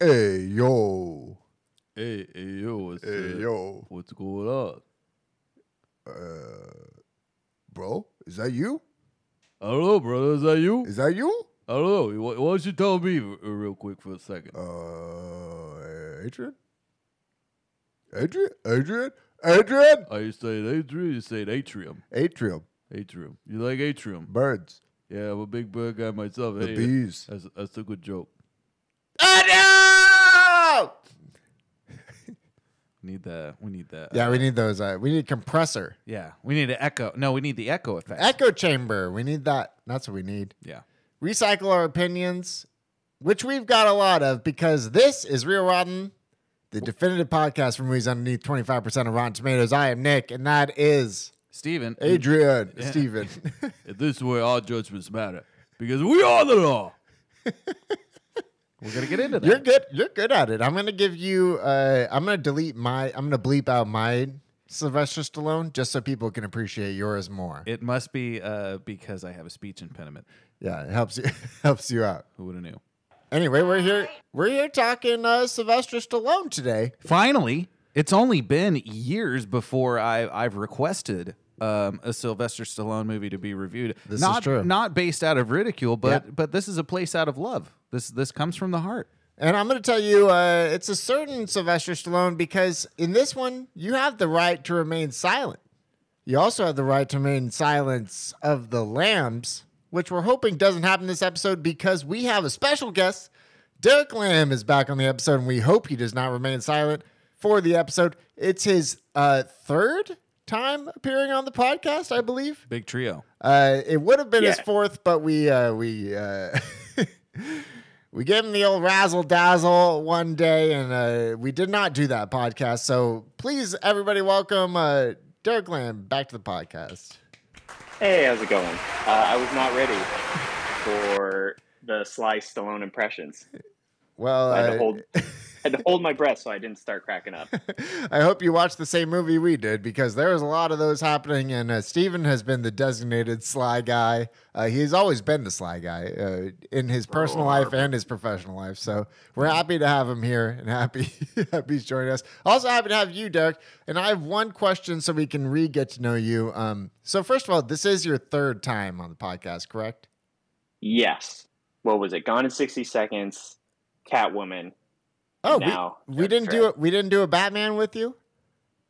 Hey yo, Hey, hey, yo, what's hey up? yo, What's going on? uh, bro, is that you? I don't know, brother. Is that you? Is that you? I don't know. Why, why don't you tell me r- real quick for a second? Uh, Adrian, Adrian, Adrian, Adrian, Are you saying atrium? You saying atrium? atrium, Atrium. You like atrium? birds, Yeah, I'm a big bird guy myself. the hey, bees. That's, that's a good joke. Oh Need that. We need that. Yeah, we need those. Uh, we need compressor, Yeah. We need an echo. No, we need the echo effect. echo chamber. We need that. That's what we need. yeah. Recycle our opinions, which we've got a lot of because this is Real Rotten, the definitive podcast for movies underneath twenty five percent of Rotten Tomatoes. I am Nick, and that is Steven, no! Adrian, Steven. if this is where our judgments matter because we are the law. We're going to get into that. you're good. You're good at it. I'm gonna give you. Uh, I'm gonna delete my. I'm gonna bleep out my Sylvester Stallone just so people can appreciate yours more. It must be uh, because I have a speech impediment. yeah, it helps you. helps you out. Who would have knew? Anyway, we're here. We're here talking uh, Sylvester Stallone today. Finally, it's only been years before I, I've requested um, a Sylvester Stallone movie to be reviewed. This is not, true. Not based out of ridicule, but Yeah. but this is a place out of love. This this comes from the heart. And I'm going to tell you, uh, it's a certain Sylvester Stallone because in this one, you have the right to remain silent. You also have the right to remain silence of the lambs, which we're hoping doesn't happen this episode because we have a special guest. Derek Lamb is back on the episode, and we hope he does not remain silent for the episode. It's his uh, third time appearing on the podcast, I believe. Big trio. Uh, it would have been his fourth, but we uh, we uh, we gave him the old razzle dazzle one day, and uh, we did not do that podcast. So please, everybody, welcome uh, Derek Lamb back to the podcast. Hey, how's it going? Uh, I was not ready for the Sly Stallone impressions. Well, I had to uh, hold, had to hold my breath so I didn't start cracking up. I hope you watched the same movie we did because there was a lot of those happening, and uh, Steven has been the designated sly guy. Uh, he's always been the sly guy uh, in his Oh, personal life and his professional life. So we're happy to have him here and happy, happy he's joining us. Also happy to have you, Derek. And I have one question so we can re get to know you. Um, so, first of all, this is your third time on the podcast, correct? Yes. What was it? Gone in sixty seconds. Catwoman. Oh, now we, we didn't do it. We didn't do a Batman with you.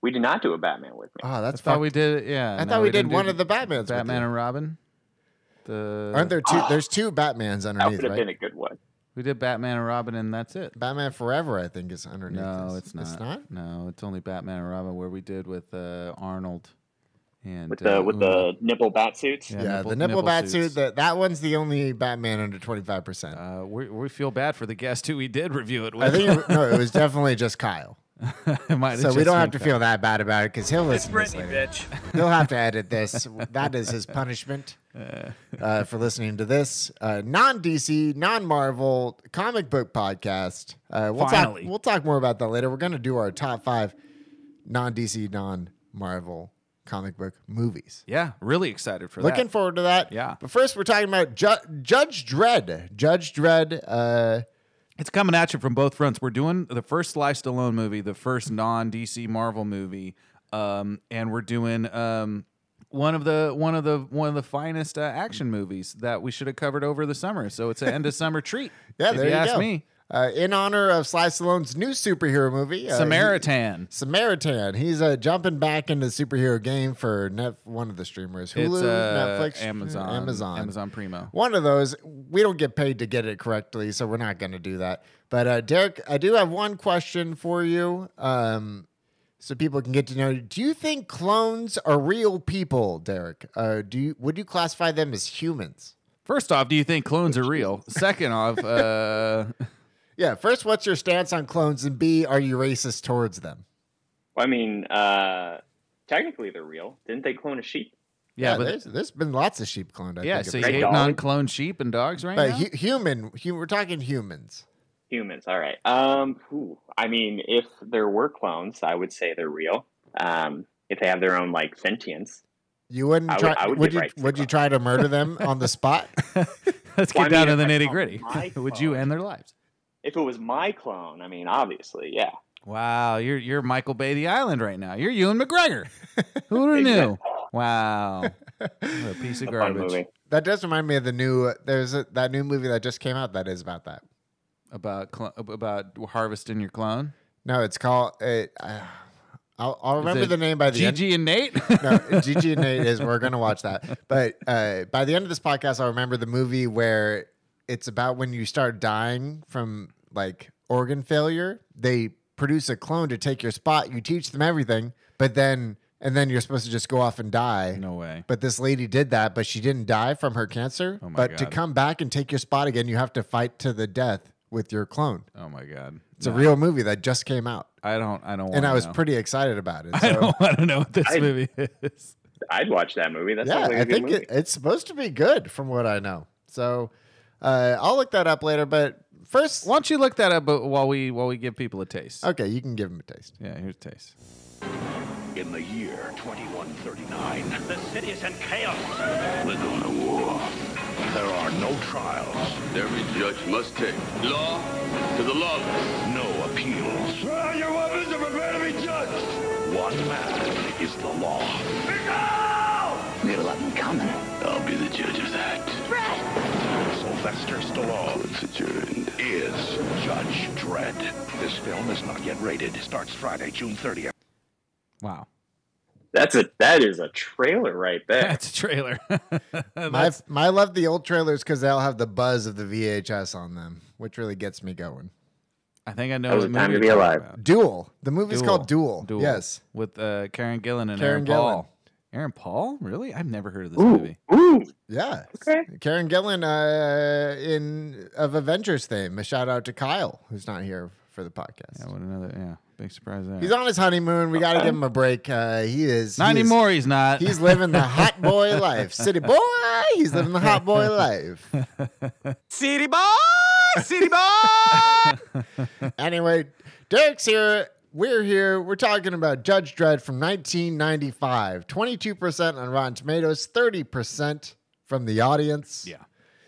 We did not do a Batman with me. Oh, I that's thought fucked. we did. Yeah, I no, thought we, did didn't do one of the Batmans. with you. Batman and Robin. The Aren't there two? There's two Batmans Ah. that underneath, would have right? been a good one. We did Batman and Robin, and that's it. Batman Forever, I think, is underneath. No, this. it's not. It's not. No, it's only Batman and Robin where we did with uh, Arnold and With the uh, with Una. the nipple bat suits. Yeah, Yeah. nipple- the nipple, nipple bat suits. suit. That that one's the only Batman under twenty five percent. Uh, we, we feel bad for the guest who we did review it with. I think it, no, it was definitely just Kyle. It might have So we just don't have to been feel that bad about it because he'll listen to this Brittany, later. bitch. He'll have to edit this. That is his punishment uh, for listening to this uh, non DC, non Marvel comic book podcast. Uh, we'll Finally. talk. We'll talk more about that later. We're going to do our top five non DC, non Marvel comic book movies. Yeah, really excited for Looking that. forward to that. Yeah. But first, we're talking about Ju- Judge Dredd. Judge Dredd. Uh, It's coming at you from both fronts. We're doing the first Sly Stallone movie, the first non DC Marvel movie, um, and we're doing um, one of the one of the one of the finest uh, action movies that we should have covered over the summer. So it's an end of summer treat. yeah, if there you, you, ask go. me, Uh, in honor of Sly Stallone's new superhero movie, uh, Samaritan. he- Samaritan. He's uh, jumping back into the superhero game for net- one of the streamers, Hulu, It's uh, Netflix, Amazon, Amazon, Amazon Primo. One of those. We don't get paid to get it correctly, so we're not going to do that. But uh, Derek, I do have one question for you, um, so people can get to know you. Do you think clones are real people, Derek? Uh, do you would you classify them as humans? First off, do you think clones are real? Second off, uh, Yeah. First, what's your stance on clones, and B, are you racist towards them? Well, I mean, uh, technically they're real. Didn't they clone a sheep? yeah, but there's, there's been lots of sheep cloned. I yeah, think, so of you're Right, hating dog. on cloned sheep and dogs right but now. hu- human, hu- we're talking humans. Humans. All right. Um. whew. I mean, if there were clones, I would say they're real. Um. If they have their own like sentience. You wouldn't I would- try. I would would, get you? right to would you try clone. to murder them on the spot? Let's Well, get I down mean, to the if nitty I call gritty. my Would you phone- end their lives? If it was my clone, I mean, obviously, yeah. Wow, you're you're Michael Bay the Island right now. You're Ewan McGregor. Who would have knew? Wow, what a piece of A fun garbage movie. That does remind me of the new. There's a, that new movie that just came out that is about that. about cl- about harvesting your clone. No, it's called. It, uh, I'll, I'll remember it the name by the end. Gigi and Nate. no, Gigi and Nate is we're gonna watch that. But uh, by the end of this podcast, I'll remember the movie where it's about when you start dying from like organ failure. They produce a clone to take your spot. You teach them everything, but then and then you're supposed to just go off and die. no way. But this lady did that, but she didn't die from her cancer. Oh my but to God. come back and take your spot again, you have to fight to the death with your clone. Oh my god. It's a real movie that just came out, I don't. I don't. and wanna I was know. pretty excited about it. I So. don't want to know what this I- movie is. I'd watch that movie. That yeah, sounds like a I good think movie. it, it's supposed to be good from what I know. So uh, I'll look that up later. But first, Why don't you look that up uh, while we while we give people a taste? okay, you can give him a taste. Yeah, here's a taste. In the year 2139, the city is in chaos. We're going to war. There are no trials, Every judge must take law to the lawless. no appeals. Try your weapons and prepare to be judged. One man is the law. We have a lot in common. I'll be the judge of that. Sylvester Stallone It's adjourned. is Judge Dredd. This film is not yet rated. Starts Friday, June 30th. Wow, That's a that is a trailer right there. that's a trailer. My, That's- I love the old trailers because they all have the buzz of the VHS on them, which really gets me going. I think I know That was what a movie time to you're be talking alive. about. Duel. The movie's called Duel. Yes. with uh, Karen Gillan and Karen Aaron Paul. Aaron Paul, really? I've never heard of this Ooh, movie. ooh, Yeah. okay. Karen Gillan uh, in of Avengers fame. A shout out to Kyle, who's not here for the podcast. Yeah, what another? Yeah, big surprise there. He's on his honeymoon. We got to give him a break. Uh, he is Not he is- anymore. He's not. He's living the hot boy life. City boy, he's living the hot boy life. city boy, city boy. Anyway, Derek's here. We're here. We're talking about Judge Dredd from 1995. 22% on Rotten Tomatoes, 30% from the audience. yeah,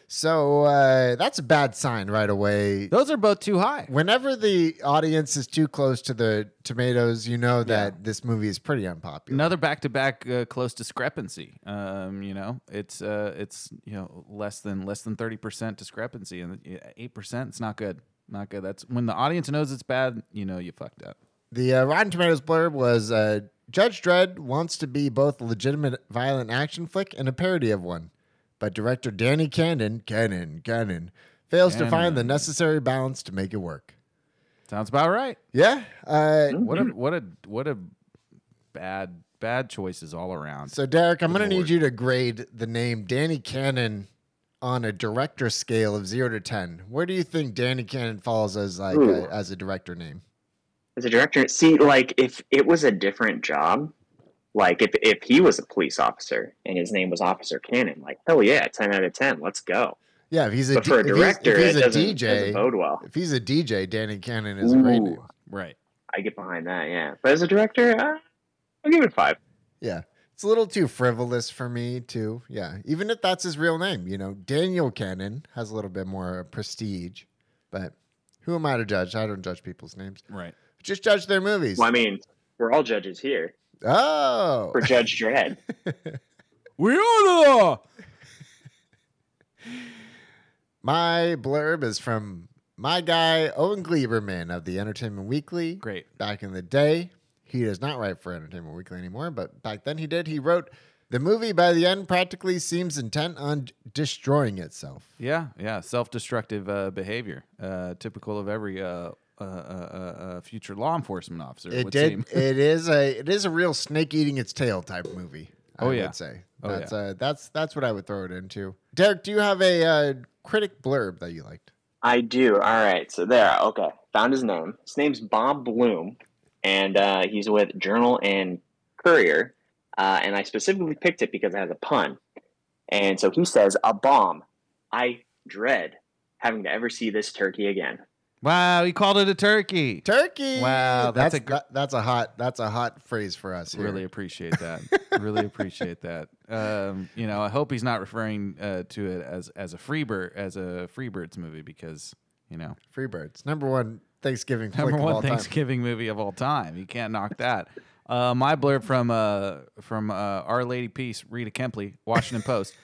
So uh, that's a bad sign right away. those are both too high. Whenever the audience is too close to the tomatoes, you know that this movie is pretty unpopular. Another back-to-back uh, close discrepancy. Um, you know, it's uh, it's you know less than less than thirty percent discrepancy, and eight percent. It's not good. Not good. That's when the audience knows it's bad. You know, you fucked up. The uh, Rotten Tomatoes blurb was uh, Judge Dredd wants to be both a legitimate violent action flick and a parody of one, but director Danny Cannon, Cannon, Cannon, fails to find the Cannon. necessary balance to make it work. Sounds about right. Yeah. Uh, What Mm-hmm. a what a what a bad bad choices all around. so, Derek, I'm going to need Lord. you to grade the name Danny Cannon on a director scale of zero to 10. Where do you think Danny Cannon falls as, like, Ooh. a, as a director name? As a director, see, like if it was a different job, like if if he was a police officer and his name was Officer Cannon, like hell yeah, ten out of ten, let's go. Yeah, if he's a, But D- for a if he's- director, if he's, it doesn't, a doesn't DJ, bode well. if he's a DJ, Danny Cannon is a great Ooh. name. right. I get behind that, yeah. But as a director, uh, I'll give it five. Yeah. It's a little too frivolous for me, too. Yeah. Even if that's his real name, you know, Daniel Cannon has a little bit more prestige, but who am I to judge? I don't judge people's names. Right. Just judge their movies. Well, I mean, we're all judges here Oh. for Judge Dredd. We are the law. My blurb is from my guy, Owen Gleiberman of the Entertainment Weekly. Great. back in the day. He does not write for Entertainment Weekly anymore, but back then he did. He wrote, The movie by the end practically seems intent on destroying itself. Yeah. Yeah. Self-destructive uh, behavior, uh, typical of every uh, uh, uh, uh, uh, future law enforcement officer. It would did. seem. it is a it is a real snake eating its tail type movie. I Oh, yeah. would say Oh, that's uh, that's that's what I would throw it into. Derek, do you have a uh, critic blurb that you liked? I do. All right. So there. Okay. Found his name. His name's Bob Bloom, and uh, he's with Journal and Courier. Uh, and I specifically picked it because it has a pun. And so he says, "A bomb. I dread having to ever see this turkey again." Wow. He called it a turkey. Turkey. Wow, that's a gr- that- that's a hot that's a hot phrase for us. Here. Really appreciate that. really appreciate that. Um, you know, I hope he's not referring uh, to it as as a Freebird as a Freebirds movie because you You know, Freebirds, number one Thanksgiving number flick of one all time. Thanksgiving movie of all time. You can't knock that. Uh, my blurb from uh, from uh, Our Lady Peace, Rita Kempley, Washington Post.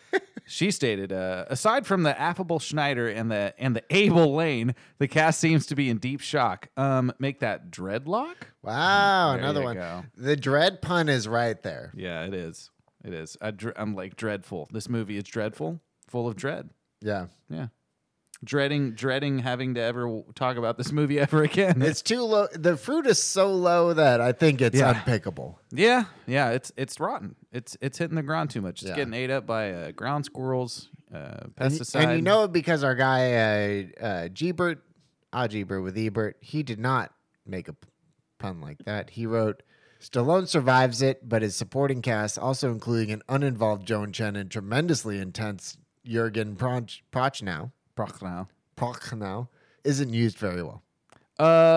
She stated, uh, aside from the affable Schneider and the and the able Lane, the cast seems to be in deep shock. Um, make that dreadlock. Wow, There Oh, another you one. go. The dread pun is right there. Yeah, it is. It is. I dr- I'm like dreadful. This movie is dreadful, full of dread. Yeah. Yeah, dreading dreading having to ever w- talk about this movie ever again. It's too low. The fruit is so low that I think it's Yeah. unpickable. Yeah, yeah, it's it's rotten. It's it's hitting the ground too much. It's Yeah. getting ate up by uh, ground squirrels, uh, And, y- pesticide. and you know it because our guy, uh, uh, Gebert, Ah Gebert with Ebert, he did not make a p- pun like that. He wrote, Stallone survives it, but his supporting cast, also including an uninvolved Joan Chen and tremendously intense Jurgen Proch- Prochnow, Brock now. Prochnow, isn't used very well.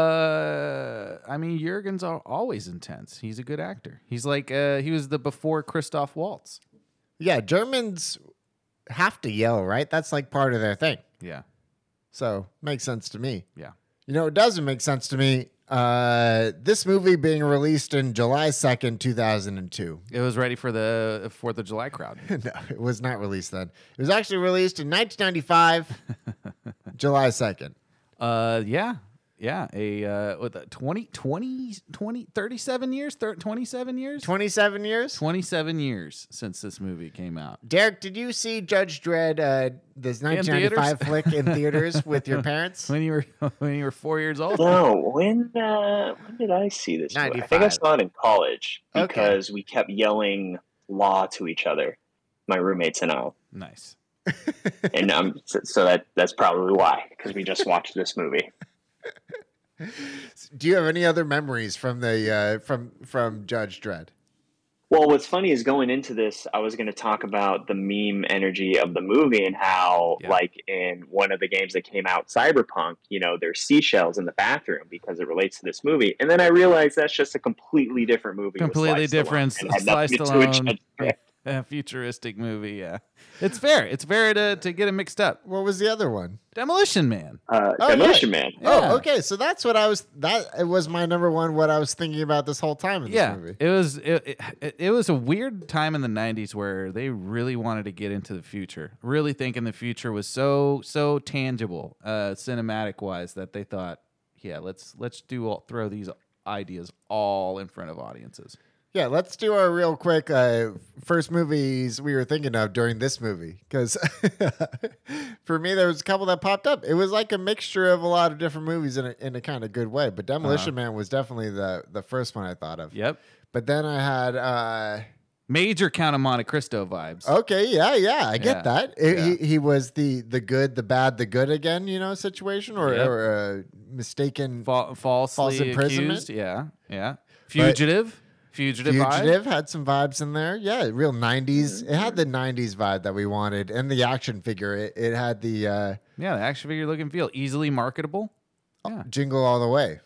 Uh, I mean, Jurgen's al- always intense. He's a good actor. He's like uh, he was the before Christoph Waltz. Yeah, Germans have to yell, right? That's like part of their thing. Yeah, So makes sense to me. yeah. You know, it doesn't make sense to me. Uh, this movie being released in July 2nd, 2002. It was ready for the Fourth of July crowd. no, it was not released then. It was actually released in 1995, July 2nd. Uh, yeah, yeah. A uh, with a 20, 20, 20 37 years, thir- twenty-seven years, 27 years? twenty-seven years since this movie came out. Derek, did you see Judge Dredd, uh, this theaters? 1995 flick in theaters with your parents? When you were when you were four years old. No, when uh, when did I see this? movie? I think I 95. saw it in college Okay. because we kept yelling law to each other, my roommates and I. Nice. And um, so, so that that's probably why because we just watched this movie. Do you have any other memories from the uh, from from Judge Dredd? Well, what's funny is going into this, I was going to talk about the meme energy of the movie and how, Yeah. like, in one of the games that came out, Cyberpunk, you know, there's seashells in the bathroom because it relates to this movie. And then I realized that's just a completely different movie. with Completely Sly Stallone different. and had Sly nothing to do with Stallone, Judge Dredd. a futuristic movie. Yeah, it's fair. It's fair to to get it mixed up. What was the other one? Demolition Man. Uh, Oh, Demolition Man. Yeah. Oh, okay. So that's what I was. That it was my number one. What I was thinking about this whole time in this Yeah, movie. it was it, it, it was a weird time in the '90s where they really wanted to get into the future, really thinking the future was so so tangible, uh, cinematic wise, that they thought, yeah, let's let's do all, throw these ideas all in front of audiences. Yeah, let's do our real quick uh, first movies we were thinking of during this movie because for me there was a couple that popped up. It was like a mixture of a lot of different movies in a, in a kind of good way. But Demolition Uh-huh. Man was definitely the the first one I thought of. Yep, But then I had uh, major Count of Monte Cristo vibes. okay, yeah, yeah, I get Yeah, that. It- yeah. He, he was the the good, the bad, the good again, you know, situation or, Yep. or uh, mistaken Fa- falsely False imprisonment? accused. Yeah, yeah. Fugitive, fugitive, vibe. Fugitive had some vibes in there. Yeah, real 90s. It Mm-hmm. had the 90s vibe that we wanted and the action figure. It, it had the uh, Yeah, the action figure look and feel, easily marketable. Yeah, jingle all the way.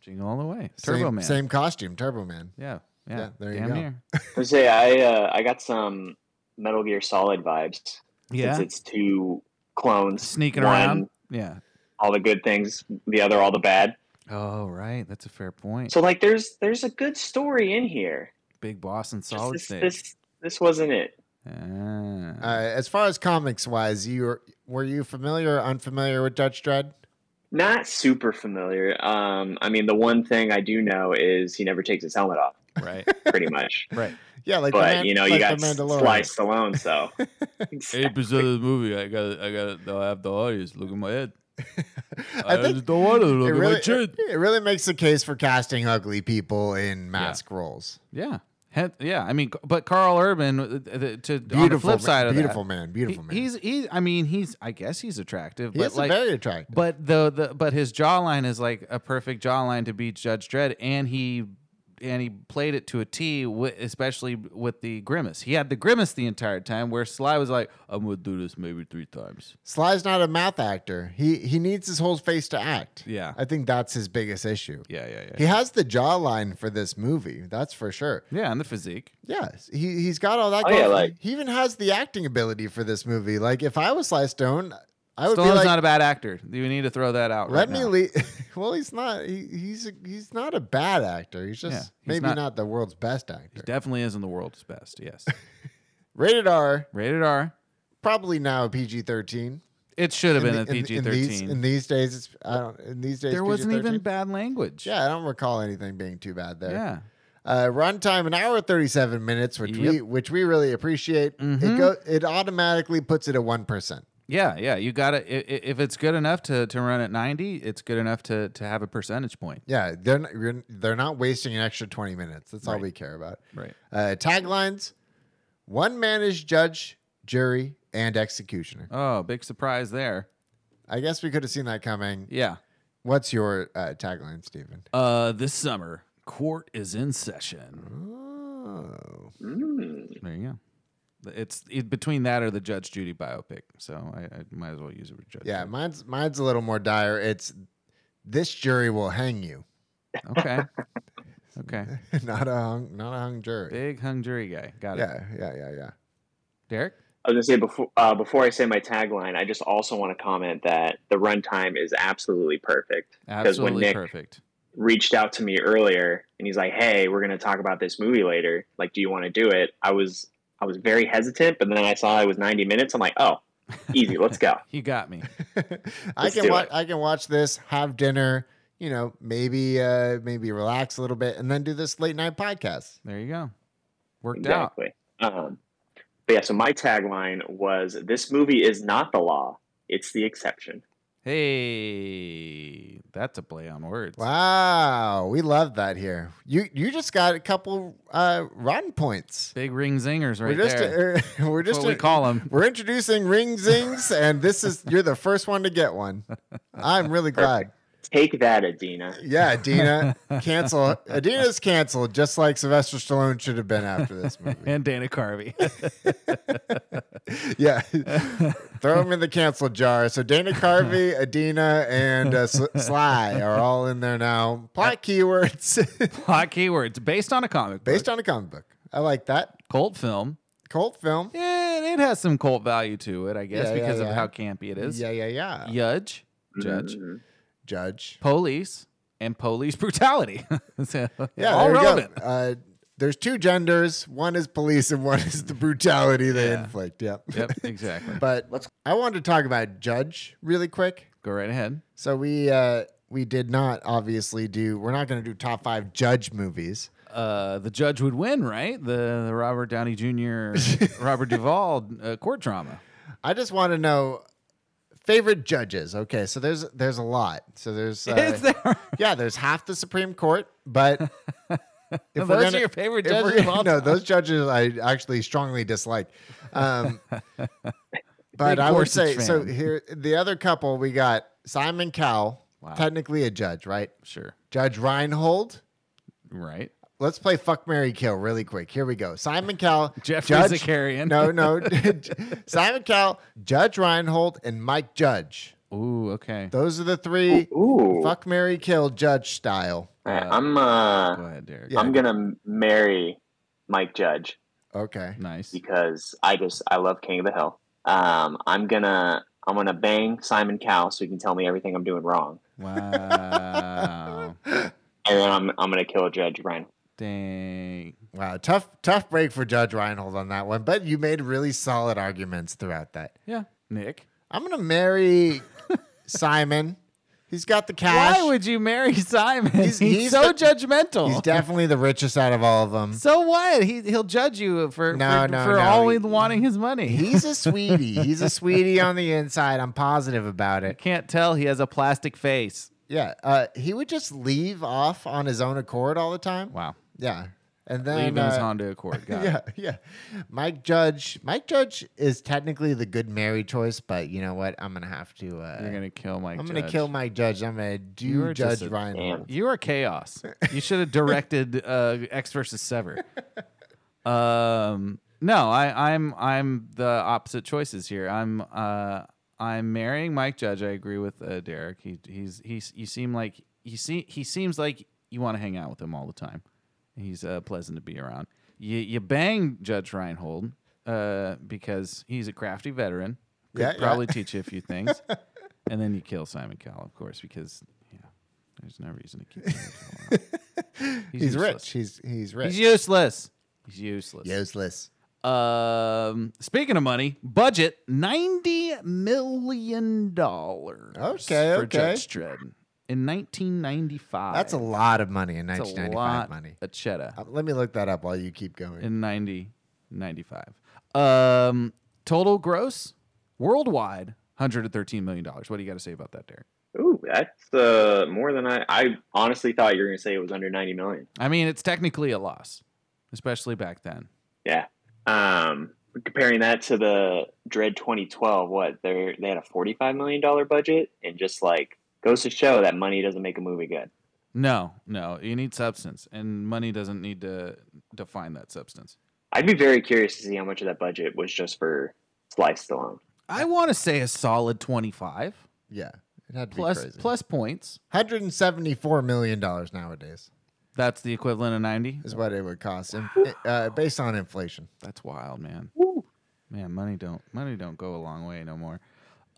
jingle all the way. Same- Turbo Man. Same costume, Turbo Man. Yeah, yeah. Yeah, there you Damn go. near. I say I uh, I got some Metal Gear Solid vibes. Yeah, Since it's two clones sneaking one, around. Yeah. all the good things, the other all the bad. Oh right, that's a fair point. So like, there's there's a good story in here. Big boss and Just solid this, state. this this wasn't it. Uh, Ah. as far as comics wise, you were, were you familiar or unfamiliar with Judge Dredd? Not super familiar. Um, I mean, the one thing I do know is he never takes his helmet off, right, pretty much. right. Yeah, like the but Man- you know, like you the got Sly Mandalorian. Stallone, so Eight percent of the movie, I got, I got, I have the audience look at my head. I think don't want to it look really, it, it really makes the case for casting ugly people in mask roles. Yeah, Heth- yeah. I mean, but Carl Urban, uh, the, to on the Beautiful, flip ma- side of that, beautiful man, beautiful man. He- He's he. I mean, he's. I guess he's attractive, He but is like, very attractive. but the the but his jawline is like a perfect jawline to be Judge Dredd, and he and he played it to a T, wi- especially with the grimace. He had the grimace the entire time, where Sly was like, "I'm gonna do this maybe three times." Sly's not a mouth actor. He he needs his whole face to act. Yeah. I think that's his biggest issue. Yeah, yeah, yeah. He has the jawline for this movie, that's for sure. Yeah, and the physique. Yes, he he's got all that. Oh, yeah, going for- like- he even has the acting ability for this movie. Like if I was Sly Stone, I would be Stallone's like, not a bad actor. You need to throw that out. let right me now. leave. well, he's not. He, he's a, he's not a bad actor. He's just Yeah, he's maybe not- not, the world's best actor. Definitely isn't the world's best. Yes. Rated R, Rated R. probably now a PG thirteen. It should have been In a the- in- PG in these- In thirteen. these days, it's I don't. In these days, There wasn't PG-13. even bad language. Yeah, I don't recall anything being too bad there. Yeah. Uh, runtime an hour thirty seven minutes, which we Yep. which we really appreciate. It Mhm. go it automatically puts it at one percent. Yeah. Yeah. You got to if it's good enough to to run at ninety, it's good enough to to have a percentage point. Yeah, they're not, you're- they're not wasting an extra twenty minutes. That's all we care about. Right. Uh, taglines: One man is judge, jury, and executioner. Oh, big surprise there. I guess we could have seen that coming. Yeah. What's your uh, tagline, Stephen? Uh, this summer, court is in session. Oh, Mm. There you go. It's it, between that or the Judge Judy biopic, so I, I might as well use it with Judge. yeah, mine's mine's a little more dire. It's this jury will hang you, Judy. Okay. okay. not a hung, not a hung jury. Big hung jury guy. Got it. Yeah, yeah, yeah, yeah. Derek. I was gonna say before uh, before I say my tagline, I just also want to comment that the runtime is absolutely perfect because when Absolutely Nick perfect. reached out to me earlier and he's like, "Hey, we're gonna talk about this movie later. Like, do you want to do it?" I was I was very hesitant, but then I saw it was 90 minutes. I'm like, "Oh, easy, let's go." You got me. I Let's can do watch. it. I can watch this. Have dinner. You know, maybe uh maybe relax a little bit, and then do this late night podcast. There you go. Worked out. Exactly. Um, but yeah, so my tagline was, "This movie is not the law; it's the exception." Hey, that's a play on words. Wow, we love that here. You you just got a couple uh rotten points. Big ring zingers right we're just there. uh, we're that's just what we call them. we're introducing ring zings, and this is you're the first one to get one. I'm really glad. Take that, Adina. Yeah, Adina, cancel. Adina's canceled, just like Sylvester Stallone should have been after this movie. And Dana Carvey. Yeah, throw him in the cancel jar. So Dana Carvey, Adina, and uh, Sl- Sly are all in there now. Plot keywords Hot keywords based on a comic. based book. on a comic book. I like that cult film. cult film. Yeah, it has some cult value to it, I guess, Yeah, yeah, because yeah. of how campy it is. Yeah, yeah, yeah. Judge, judge, Mm. Judge. police, and police brutality. so, Yeah, all there you go. relevant. Uh, there's two genders. One is police, and one is the brutality they Yeah. inflict. Yeah. Yep, exactly. but I wanted to talk about Judge really quick. Go right ahead. So we uh, we did not obviously do. We're not going to do top five Judge movies. Uh, the judge would win, right? The, the Robert Downey Jr. Robert Duvall uh, court drama. I just want to know favorite judges. Okay, so there's there's a lot. So there's uh, Is there? yeah, there's half the Supreme Court, but. If we're Those gonna- are your favorite If we're judges of gonna- all no, time? those judges I actually strongly dislike. Um, but Big I would say Gorsuch so. fan. Here, the other couple we got Simon Cowell, Wow. technically a judge, right? Sure. Judge Reinhold. Right. Let's play fuck Mary Kill really quick. Here we go. Simon Cowell, Jeffrey Judge- Zakarian. No, no, Simon Cowell, Judge Reinhold, and Mike Judge. Ooh, okay. Those are the three Ooh, fuck Mary Kill judge style. All right, I'm uh, Go ahead, Derek. Yeah. I'm gonna marry Mike Judge. Okay, Nice. because I just I love King of the Hill. Um, I'm gonna I'm gonna bang Simon Cowell so he can tell me everything I'm doing wrong, Wow. and then I'm I'm gonna kill Judge Ryan. Dang. wow, tough, tough break for Judge Reinhold on that one. But you made really solid arguments throughout that. Yeah. Nick. I'm gonna marry Simon. He's got the cash. Why would you marry Simon? He's- He's, he's so the- judgmental. He's definitely the richest out of all of them. so what? He he'll judge you for No, for, no, for no. always wanting his money. He's a sweetie. He's a sweetie on the inside. I'm positive about I it. can't tell he has a plastic face. Yeah. Uh, he would just leave off on his own accord all the time. Wow. Yeah. And then Leaving his uh, Honda Accord. Got yeah, it. yeah. Mike Judge. Mike Judge is technically the good Mary choice, but you know what? I'm gonna have to. Uh, You're gonna kill Mike. I'm gonna Judge. kill Mike Judge. I'm gonna do You are just Judge a- Ryan. You are chaos. You should have directed uh, X versus Sever. Um, no, I, I'm I'm the opposite choices here. I'm uh, I'm marrying Mike Judge. I agree with uh, Derek. He he's he's you seem like you see he seems like you want to hang out with him all the time. He's uh, pleasant to be around. You you bang Judge Reinhold uh, because he's a crafty veteran. Could Yeah, yeah. probably teach you a few things. and then you kill Simon Cowell, of course, because yeah, there's no reason to keep Simon Cowell. around. He's, rich. He's he's rich. He's useless. He's useless. useless. Um, speaking of money, budget ninety million dollars. Okay, for okay. Judge Dredd in nineteen ninety five. That's a lot of money in That's a 1995 lot money. of cheddar Uh, Let me look that up while you keep going. in 90, 95. Um, total gross worldwide, hundred and thirteen million dollars. What do you got to say about that, Derek? Ooh, that's uh, more than I. I honestly thought you were going to say it was under 90 million. I mean, it's technically a loss, especially back then. Yeah. Um, comparing that to the Dread 2012, what they they had a 45 million dollar budget, and just like goes to show that money doesn't make a movie good. No, no, you need substance, and money doesn't need to define that substance. I'd be very curious to see how much of that budget was just for Sliced Stallone. I want to say a solid twenty-five yeah, it had to be plus crazy. plus points. 174 million dollars nowadays That's the equivalent of ninety. is what it would cost, in, uh, based on inflation. That's wild, man. Man, money don't money don't go a long way no more.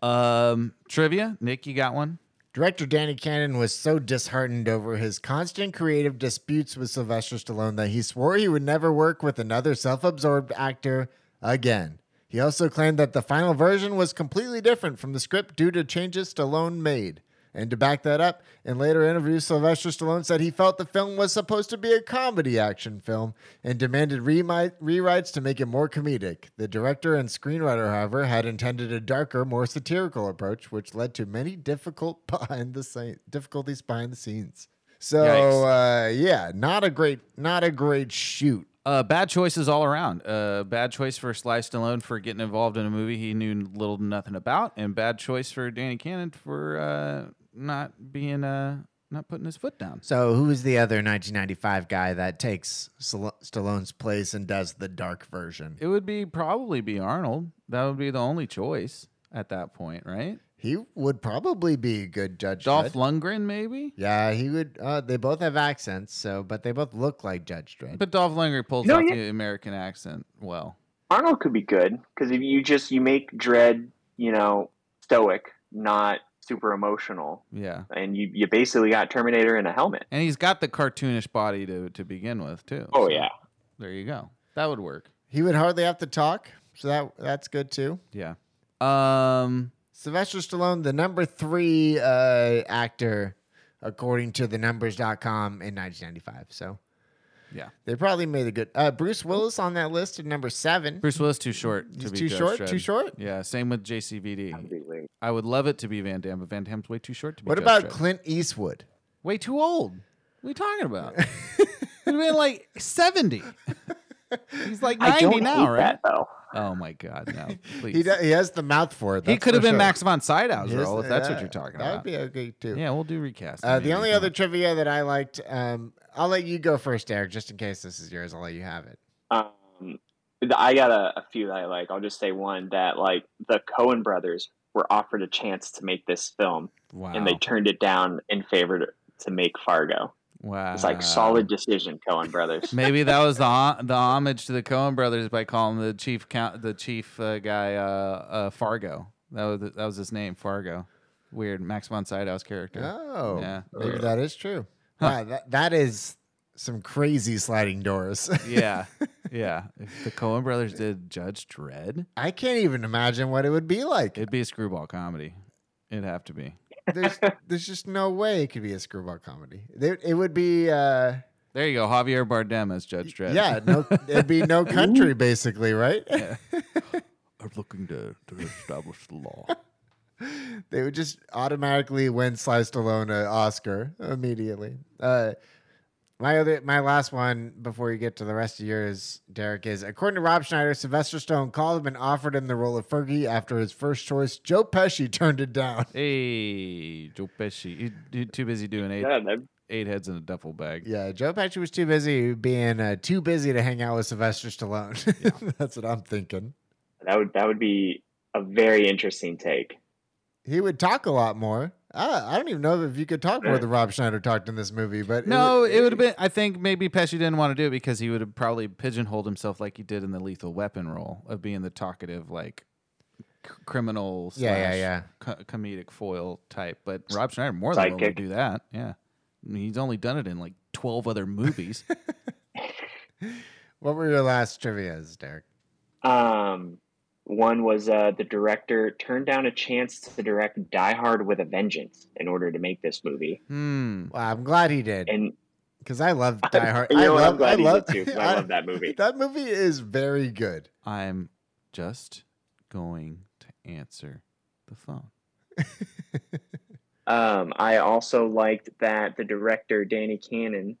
Um, trivia, Nick, you got one? Director Danny Cannon was so disheartened over his constant creative disputes with Sylvester Stallone that he swore he would never work with another self absorbed actor again. He also claimed that the final version was completely different from the script due to changes Stallone made. And to back that up, in later interviews, Sylvester Stallone said he felt the film was supposed to be a comedy action film and demanded remi- rewrites to make it more comedic. The director and screenwriter, however, had intended a darker, more satirical approach, which led to many difficult behind the sce- difficulties behind the scenes. So, uh, yeah, not a great, not a great shoot. Uh, bad choices all around. Uh, bad choice for Sly Stallone for getting involved in a movie he knew little to nothing about, and bad choice for Danny Cannon for uh, not being uh, not putting his foot down. So, who is the other 1995 guy that takes Stal- Stallone's place and does the dark version? It would be probably be Arnold. That would be the only choice at that point, right? He would probably be a good judge. Dolph Dredd. Lundgren, maybe. Yeah, he would. Uh, they both have accents, so but they both look like Judge Dredd. But Dolph Lundgren pulls No, off yeah. the American accent well. Arnold could be good because if you just you make Dread, you know, stoic, not super emotional, Yeah. and you you basically got Terminator in a helmet. And he's got the cartoonish body to, to begin with, too. Oh So yeah, There you go. That would work. he would hardly have to talk, so that that's good too. Yeah. Um, Sylvester Stallone, the number three uh, actor according to the numbers.com in 1995. So Yeah. they probably made a good. Uh, Bruce Willis on that list at number seven. Bruce Willis too short. To He's be too Judge short. Dredd. Too short. Yeah. Same with JCVD. completely. I would love it to be Van Damme, but Van Damme's way too short to be. What Judge about Dredd. Clint Eastwood? Way too old. What are you talking about? He'd been like seventy. He's like I ninety don't now, hate right? that though. Oh my god, no! Please. He, do, he has the mouth for it. He that's could have for been sure. Max von Sydow's His- role if that's what yeah, you're talking That would about. be okay too. yeah, we'll do recast. Uh, maybe. the only other trivia that I liked, um, I'll let you go first, Derek, just in case this is yours. I'll let you have it. Um, th- I got a, a few that I like. I'll just say one that like the Cohen brothers were offered a chance to make this film, wow. and they turned it down in favor to, to make Fargo. wow. It's like solid decision, Cohen brothers. Maybe that was the ho- the homage to the Coen Brothers by calling the chief count the chief uh, guy uh, uh, Fargo. That was that was his name, Fargo. Weird, Max von Sydow's character. Oh, Yeah. maybe that is true. Wow, that, that is some crazy sliding doors. Yeah, yeah. If the Coen Brothers did Judge Dredd, I can't even imagine what it would be like. it'd be a screwball comedy. It'd have to be. There's, there's just no way it could be a screwball comedy. There, it would be, uh, There you go, Javier Bardem as Judge Dredd. yeah, no, it'd be no country basically, right? I'm looking to, to establish the law. Oh, they would just automatically win Sliced Alone an Oscar immediately. Uh, my other, my last one before you get to the rest of yours, Derek is according to Rob Schneider, Sylvester Stone called him and offered him the role of Fergie after his first choice, Joe Pesci, turned it down. Hey, Joe Pesci, you, you're too busy doing eight Yeah, that- eight heads in a duffel bag. Yeah, Joe Pesci was too busy being uh, too busy to hang out with Sylvester Stallone. That's what I'm thinking. that would that would be a very interesting take. He would talk a lot more. Ah, I don't even know if you could talk more than Rob Schneider talked in this movie, but it No, would- it would have been. I think maybe Pesci didn't want to do it because he would have probably pigeonholed himself like he did in the Lethal Weapon role of being the talkative, like c- criminal slash Yeah, yeah, yeah. co- comedic foil type. But Rob Schneider more than willing to Sidekick. do that. Yeah, I mean, he's only done it in like twelve other movies. What were your last trivia's, Derek? Um, one was uh, the director turned down a chance to direct Die Hard with a Vengeance in order to make this movie, hmm. Well, I'm glad he did and because I love Die Hard. You I know what? I'm love, glad I he did love, too, 'cause I love that movie. That movie is very good. I'm just going to answer the phone. Um, I also liked that the director Danny Cannon,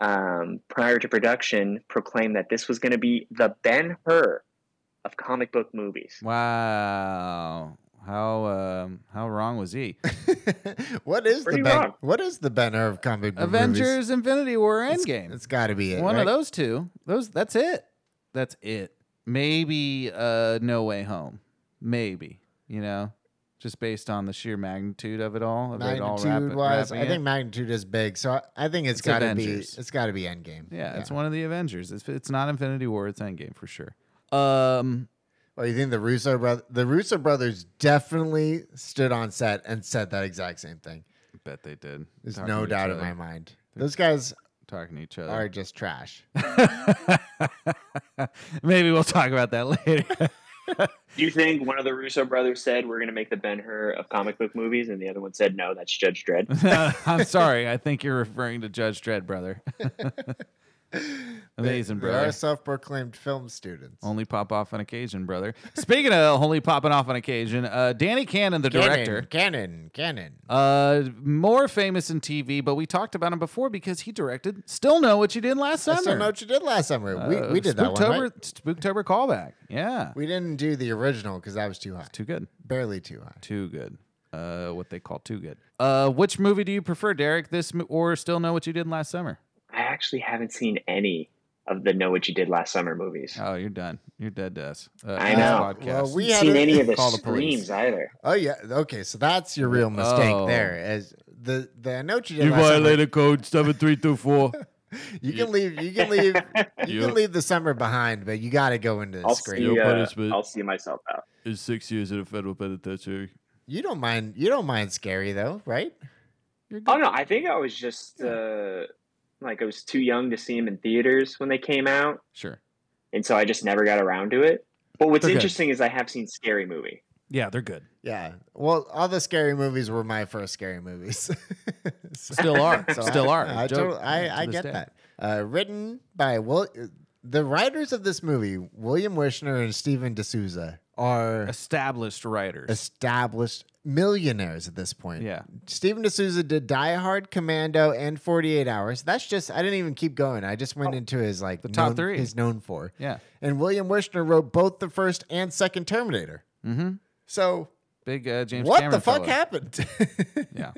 um, prior to production, proclaimed that this was going to be the Ben Hur of comic book movies. Wow, how um, how wrong was he? what is Pretty the ben, wrong. what is the banner of comic book movies? Avengers: Infinity War: It's- Endgame. it's got to be it. One right? of those two. Those. That's it. That's it. Maybe uh, No Way Home. Maybe you know, just based on the sheer magnitude of it all. Of it all wrap- magnitude wise. wrapping I it. think magnitude is big, so I, I think it's It's got to be Avengers. it's got to be Endgame. Yeah, it's one of the Avengers. It's, it's not Infinity War. It's Endgame for sure. Um, Well, you think the Russo brother the Russo brothers definitely stood on set and said that exact same thing. bet they did. There's Talking to no each doubt in other. Uh, my mind. Those guys Talking to each other. are just trash. Maybe we'll talk about that later. Do you think one of the Russo brothers said we're going to make the Ben Hur of comic book movies, and the other one said no, that's Judge Dredd? I'm sorry. I think you're referring to Judge Dredd, brother. Amazing, they, brother. They are self-proclaimed film students. Only pop off on occasion, brother. Speaking of only popping off on occasion, uh, Danny Cannon, the director, Cannon, Cannon. uh, more famous in TV, but we talked about him before because he directed "Still Know What You Did Last Summer." I still know what you did last summer. we, Uh, we did that one, Spooktober, right? Spooktober callback. Yeah, We didn't do the original because that was too high, too good, barely too high. too good. Uh, what they call too good. Uh, which movie do you prefer, Derek? This mo- or "Still Know What You Did Last Summer"? I actually haven't seen any of the Know What You Did Last Summer movies. Oh, you're done. You're dead to us. Uh, I this know. Podcast. Well, we I had haven't seen a- any of the Call the police. screams either. Oh yeah, okay. So that's your real mistake Oh. there. As the the I know what you did last summer. code seven three two four. You can leave. You can leave. You You- can leave the summer behind, but you got to go into the I'll screen. see, Your uh, punishment. I'll see myself out. Is six years in a federal penitentiary. You don't mind. You don't mind scary though, right? Oh no, I think I was just uh, like I was too young to see them in theaters when they came out, Sure. and so I just never got around to it. But what's Okay. interesting is I have seen Scary Movie. Yeah, they're good. Yeah. Uh, Well, all the scary movies were my first scary movies. So- Still are. so Still I, are. I, Joe- totally- I- to I this get day. that. Uh, written by Will. The writers of this movie, William Wishner and Stephen D'Souza, are Established writers. established millionaires at this point. yeah. Stephen D'Souza did Die Hard, Commando, and 48 Hours. That's just, I didn't even keep going. I just went into his like Oh, The top known- three. His known for. Yeah. And William Wishner wrote both the first and second Terminator. Mm-hmm. So Big uh, James what Cameron. the fuck fellow. happened? Yeah.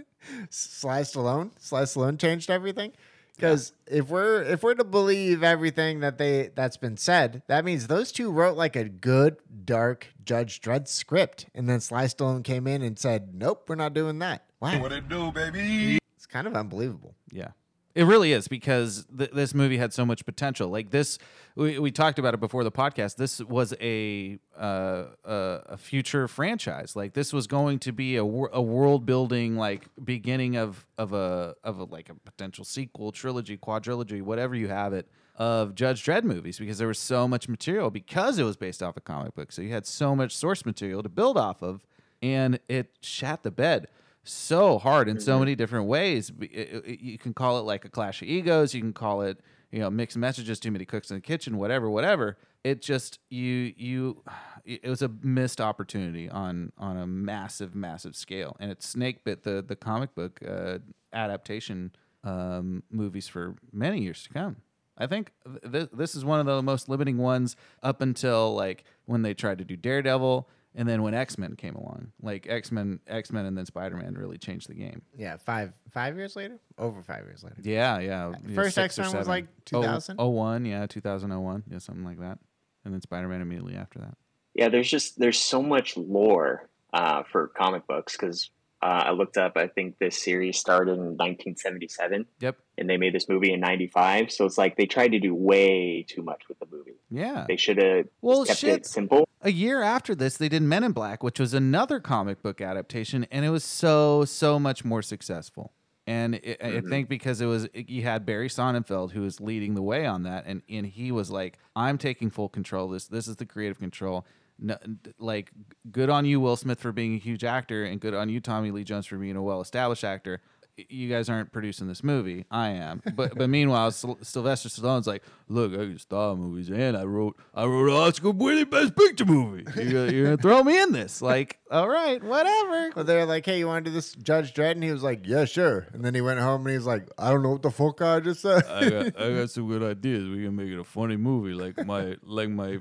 Sly Stallone. Sly Stallone changed everything. Because if we're if we're to believe everything that they that's been said, that means those two wrote like a good dark Judge Dredd script, and then Sly Stallone came in and said, "Nope, we're not doing that." Wow, What it do, baby? it's kind of unbelievable. Yeah. It really is because th- this movie had so much potential. Like this, we, we talked about it before the podcast. This was a uh, a, a future franchise. Like this was going to be a, wor- a world building like beginning of of a of a, like a potential sequel, trilogy, quadrilogy, whatever you have it of Judge Dredd movies because there was so much material because it was based off a comic book. So you had so much source material to build off of, and it shat the bed so hard in so many different ways. B- it- it- You can call it like a clash of egos. You can call it you know mixed messages, too many cooks in the kitchen, whatever, whatever. It just you you it was a missed opportunity on on a massive massive scale, and it snake bit the the comic book uh, adaptation um, movies for many years to come. I think th- th- this is one of the most limiting ones up until like when they tried to do Daredevil and then when X-Men came along. Like X-Men X-Men and then Spider-Man really changed the game. Yeah, five five years later, over five years later. Yeah, yeah. yeah, Uh, First six or X-Men was, seven. like, Oh- 2000? 01, yeah, 2001, yeah, something like that. And then Spider-Man immediately after that. Yeah, there's just there's so much lore uh, for comic books because Uh, I looked up. I think this series started in 1977, Yep. and they made this movie in '95. So it's like they tried to do way too much with the movie. Yeah. Uh, They should have Well, kept shit. it simple. a year after this, they did Men in Black, which was another comic book adaptation, and it was so so much more successful. And it, I- I think because it was it- you had Barry Sonnenfeld who was leading the way on that, and and he was like, "I'm taking full control. of This this is the creative control." No, like, good on you, Will Smith, for being a huge actor, and good on you, Tommy Lee Jones, for being a well-established actor. You guys aren't producing this movie. I am, but but meanwhile, Syl- Sylvester Stallone's like, look, I can star in movies, and I wrote I wrote an Oscar-winning Best Picture movie. You're, gonna- you're gonna throw me in this? Like, all right, whatever. Well, they're like, hey, you want to do this Judge Dredd? And he was like, Yeah, sure. And then he went home and he's like, I don't know what the fuck I just said. I got, I got some good ideas. We can make it a funny movie, like my like my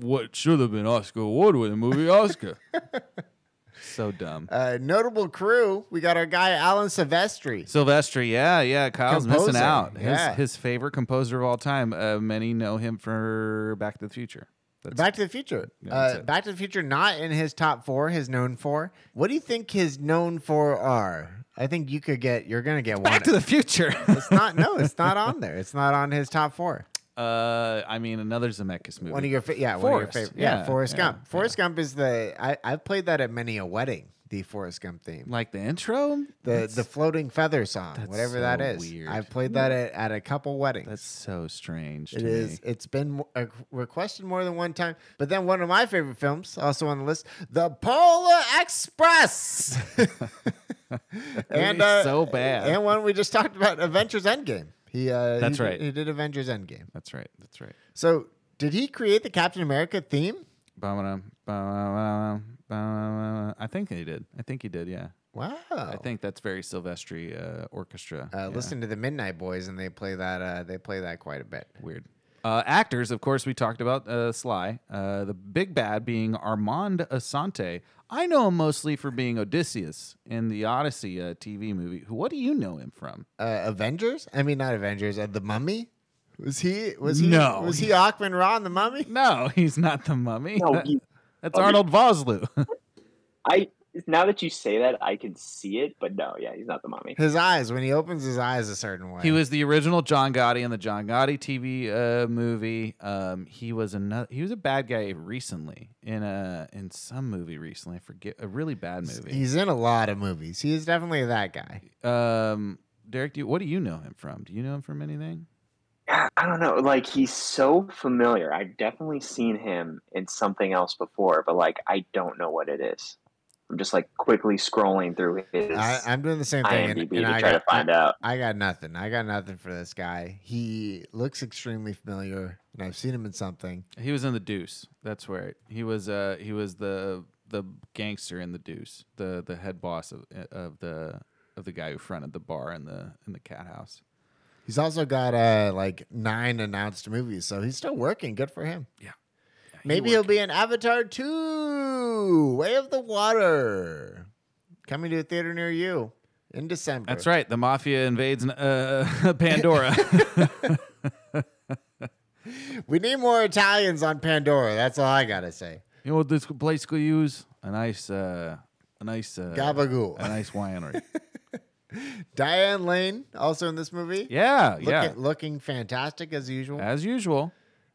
what should have been Oscar award-winning movie, Oscar. so dumb. uh, notable crew. We got our guy Alan Silvestri. Sylvester, yeah, yeah, Kyle's missing Composer, out. His, yeah. his favorite composer of all time. Uh, many know him for Back to the Future. That's Back to the Future. Yeah, that's uh, it. Back to the Future, not in his top four. His known for. What do you think his known for are? I think you could get. You're gonna get one. Back to the Future. it's not. No, it's not on there. It's not on his top four. uh, I mean, another Zemeckis movie. One of your fa- yeah, one of Forrest, your favorite. Yeah, yeah, Forrest yeah, Gump. Forrest Gump is the. I I've played that at many a wedding. The Forrest Gump theme. like the intro. The, the floating feather song, that's whatever that so is. weird. I've played that at, at a couple weddings. That's so strange. It to is. me. It's been mo- uh, requested more than one time. But then one of my favorite films, also on the list, The Polar Express. uh, Movie's so bad. And one we just talked about, Avengers Endgame. He. Uh, That's he did- right. He did Avengers Endgame. That's right. That's right. So did he create the Captain America theme? Ba-ba-dum, ba-ba-dum, ba-ba-dum. I think he did. I think he did. Yeah. Wow. Oh. I think that's very Silvestri uh, orchestra. Uh, yeah. Listen to the Midnight Boys, and they play that. Uh, they play that quite a bit. Weird. Uh, actors, of course, we talked about uh, Sly. Uh, the big bad being Armand Asante. I know him mostly for being Odysseus in the Odyssey uh, TV movie. What do you know him from? Uh, Avengers? I mean, not Avengers. Uh, the Mummy. Was he? Was he? No. Was he Aquaman Ra in the Mummy? No, he's not the mummy. No, he- that's Arnold Vosloo. I now that you say that, I can see it, but no, yeah, he's not the mommy. His eyes, when he opens his eyes a certain way. He was the original John Gotti in the John Gotti TV uh, movie. Um, he was another. He was a bad guy recently in a in some movie recently. I forget a really bad movie. He's in a lot of movies. He is definitely that guy. Um, Derek, do you, what do you know him from? Do you know him from anything? I don't know. Like he's so familiar. I've definitely seen him in something else before, but like I don't know what it is. I'm just like quickly scrolling through his I, I'm doing the same thing. and- IMDb and to I try got- to find out. I got nothing. I got nothing for this guy. He looks extremely familiar, and I've seen him in something. He was in the Deuce. That's where he was. Uh, he was the the gangster in the Deuce, the the head boss of of the of the guy who fronted the bar in the in the cat house. He's also got uh, like nine announced movies, so he's still working. Good for him. Yeah. Maybe he'll be in Avatar 2 Way of the Water. Coming to a theater near you in December. That's right. The mafia invades uh, Pandora. We need more Italians on Pandora. That's all I got to say. You know what this place could use? A nice, uh, a nice uh, Gabagool. a nice winery. Diane Lane, also in this movie. yeah, Look yeah. at- looking fantastic as usual. As usual,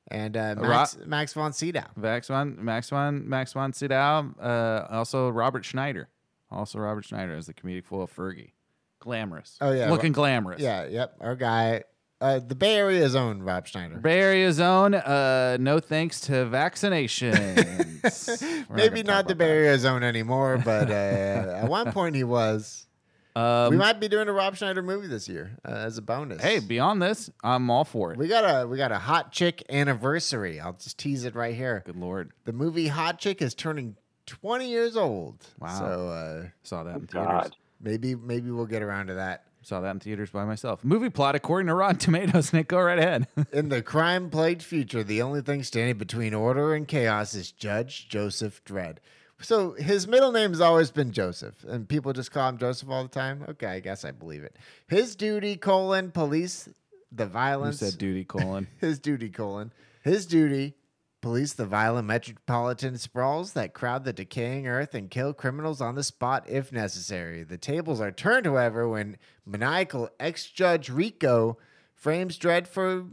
and uh, Max, Max von Sydow. Max von Max von Max von Sydow. Uh, also Robert Schneider. Also Robert Schneider as the comedic foil of Fergie. Glamorous. Oh, yeah, looking glamorous. Yeah, yep. Our guy. Uh, the Bay Area's own Rob Schneider. Bay Area zone. Uh, no thanks to vaccinations. We're gonna Maybe talk not the about that. Bay Area zone anymore, but uh, at one point he was. Um, we might be doing a Rob Schneider movie this year uh, as a bonus. hey, beyond this, I'm all for it. we got a we got a hot chick anniversary. I'll just tease it right here. Good lord, The movie Hot Chick is turning 20 years old. Wow. So uh, saw that in theaters. God. maybe maybe we'll get around to that. Saw that in theaters by myself. Movie plot according to Rotten Tomatoes, Nick. Go right ahead. In the crime plagued future, the only thing standing between order and chaos is Judge Joseph Dredd. So his middle name's always been Joseph, and people just call him Joseph all the time. Okay, I guess I believe it. His duty, colon, police the Who violence. said duty colon? his duty, colon. His duty, police the violent metropolitan sprawls that crowd the decaying earth and kill criminals on the spot if necessary. The tables are turned, however, when maniacal ex judge Rico frames Dredd for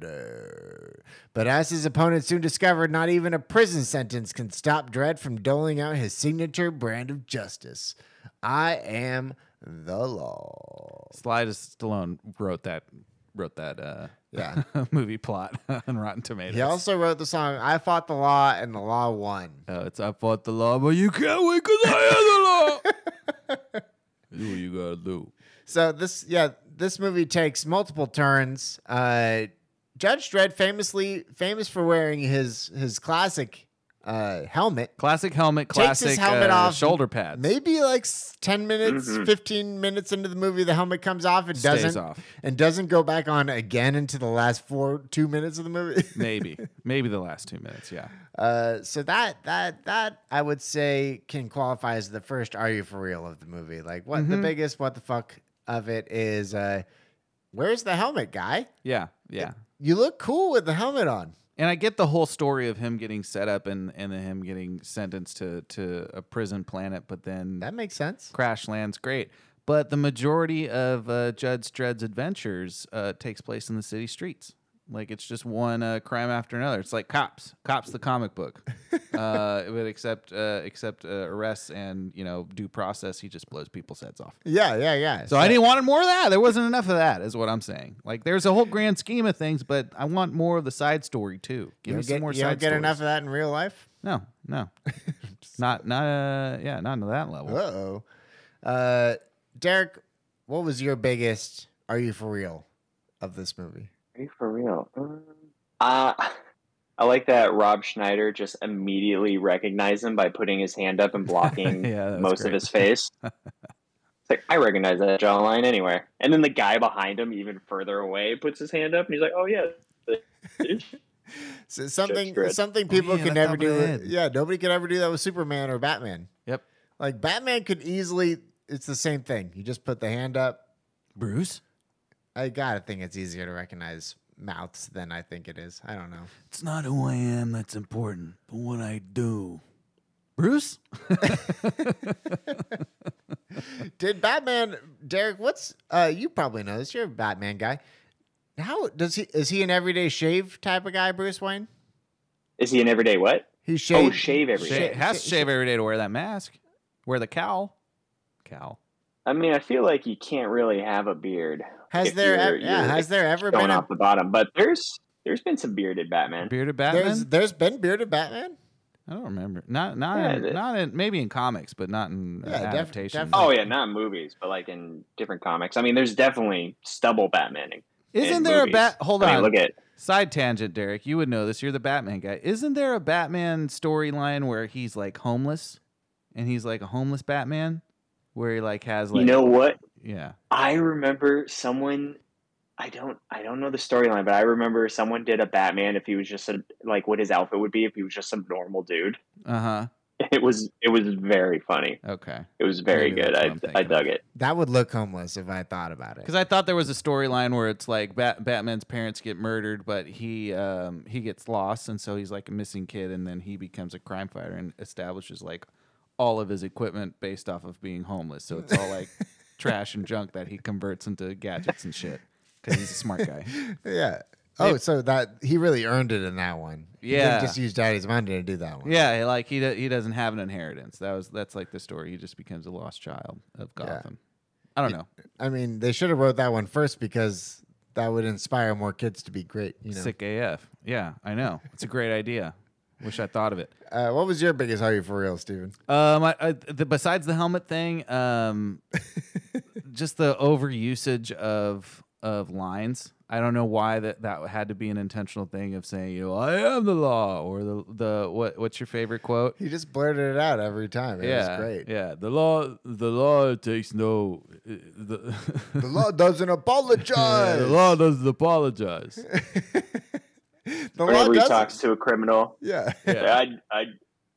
murder. But as his opponent soon discovered, not even a prison sentence can stop Dredd from doling out his signature brand of justice. I am the law. Slide Stallone wrote that wrote that uh, Yeah. movie plot on Rotten Tomatoes. He also wrote the song I Fought the Law and the Law Won. Oh, it's I fought the law, but you can't win because I am the law. do what you gotta do. So this, yeah, this movie takes multiple turns. Uh, Judge Dredd, famously famous for wearing his his classic uh, helmet, Classic helmet, Takes classic his helmet uh, off, shoulder pads. Maybe like s- ten minutes, Mhm. fifteen minutes into the movie, the helmet comes off and Stays doesn't off. and doesn't go back on again into the last four two minutes of the movie. Maybe, maybe the last two minutes. Yeah, Uh, so that that that I would say can qualify as the first "Are you for real" of the movie. Like, what the Mhm. biggest what the fuck of it is? Uh, where's the helmet, guy? yeah, yeah. You look cool with the helmet on. And I get the whole story of him getting set up and and then him getting sentenced to to a prison planet, but then That makes sense. crash lands great. But the majority of uh, Judge Dredd's adventures uh, takes place in the city streets. Like it's just one uh, crime after another. It's like cops, cops the comic book, uh, but except uh, except uh, arrests and you know due process. He just blows people's heads off. Yeah, yeah, yeah. So I didn't want more of that. There wasn't enough of that, is what I'm saying. Like there's a whole grand scheme of things, but I want more of the side story too. you Give me don't some get, more you side don't get stories. enough of that in real life. No, no, not not uh yeah, not to that level. Uh-oh. Uh, Derek, what was your biggest "Are you for real" of this movie? Are you for real? Um, Uh, I like that Rob Schneider just immediately recognized him by putting his hand up and blocking Yeah, that was most great. of his face. it's like, I recognize that jawline anywhere. And then the guy behind him, even further away, puts his hand up and he's like, oh, yeah. So something Dredd. something people Oh, yeah, can that's never how do. it With, is. yeah, nobody could ever do that with Superman or Batman. Yep. Like Batman could easily. It's the same thing. You just put the hand up. Bruce, I gotta think it's easier to recognize mouths than I think it is. I don't know. it's not who I am that's important, but what I do. Bruce, Did Batman, Derek? What's uh? You probably know this. You're a Batman guy. How does he? Is he an everyday shave type of guy, Bruce Wayne? Is he an everyday what? He shaved. Oh, shave every Sha- day. has to shave every day to wear that mask, wear the cowl, cowl. I mean, I feel like you can't really have a beard Has if there? you're- ev- yeah. you're Has there ever going been a? off the bottom, but there's there's been some bearded Batman. Bearded There's Batman. there's been bearded Batman. I don't remember. Not not Yeah, in, the- not in maybe in comics, but not in uh, Yeah, def- adaptation. definitely. Oh yeah, not in movies, but like in different comics. I mean, there's definitely stubble Batmaning. Isn't in there a movies. bat? Hold I mean, on. look at Side tangent, Derek. You would know this. You're the Batman guy. Isn't there a Batman storyline where he's like homeless, and he's like a homeless Batman, where he like has like you know what? yeah I remember someone. I don't. I don't know the storyline, but I remember someone did a Batman if he was just a, like what his outfit would be if he was just some normal dude. uh huh It was. It was very funny. okay It was very Maybe good. that's I what I'm I thinking of. dug it. That would look homeless if I thought about it. Because I thought there was a storyline where it's like Bat- Batman's parents get murdered, but he um, he gets lost, and so he's like a missing kid, and then he becomes a crime fighter and establishes like all of his equipment based off of being homeless. So it's all like trash and junk that he converts into gadgets and shit. Because he's a smart guy. Yeah. Oh, so that he really earned it in that one. He didn't Yeah. just used out his money to do that one. Yeah, like he do- he doesn't have an inheritance. That was that's like the story. He just becomes a lost child of Gotham. I don't know. I mean, they should have wrote that one first because that would inspire more kids to be great. You know. Sick AF. Yeah, I know. It's a great idea. Wish I thought of it. Uh, what was your biggest are you for real, Steven? Um, I, I, the, besides the helmet thing, um, just the overusage of of lines. I don't know why that, that had to be an intentional thing of saying, you know, I am the law or the the what what's your favorite quote? He just blurted it out every time. It yeah, was great. yeah. The law, the law takes no. uh, The, The law doesn't apologize. the law doesn't apologize. The law Whenever he doesn't- talks to a criminal, Yeah. Yeah. I I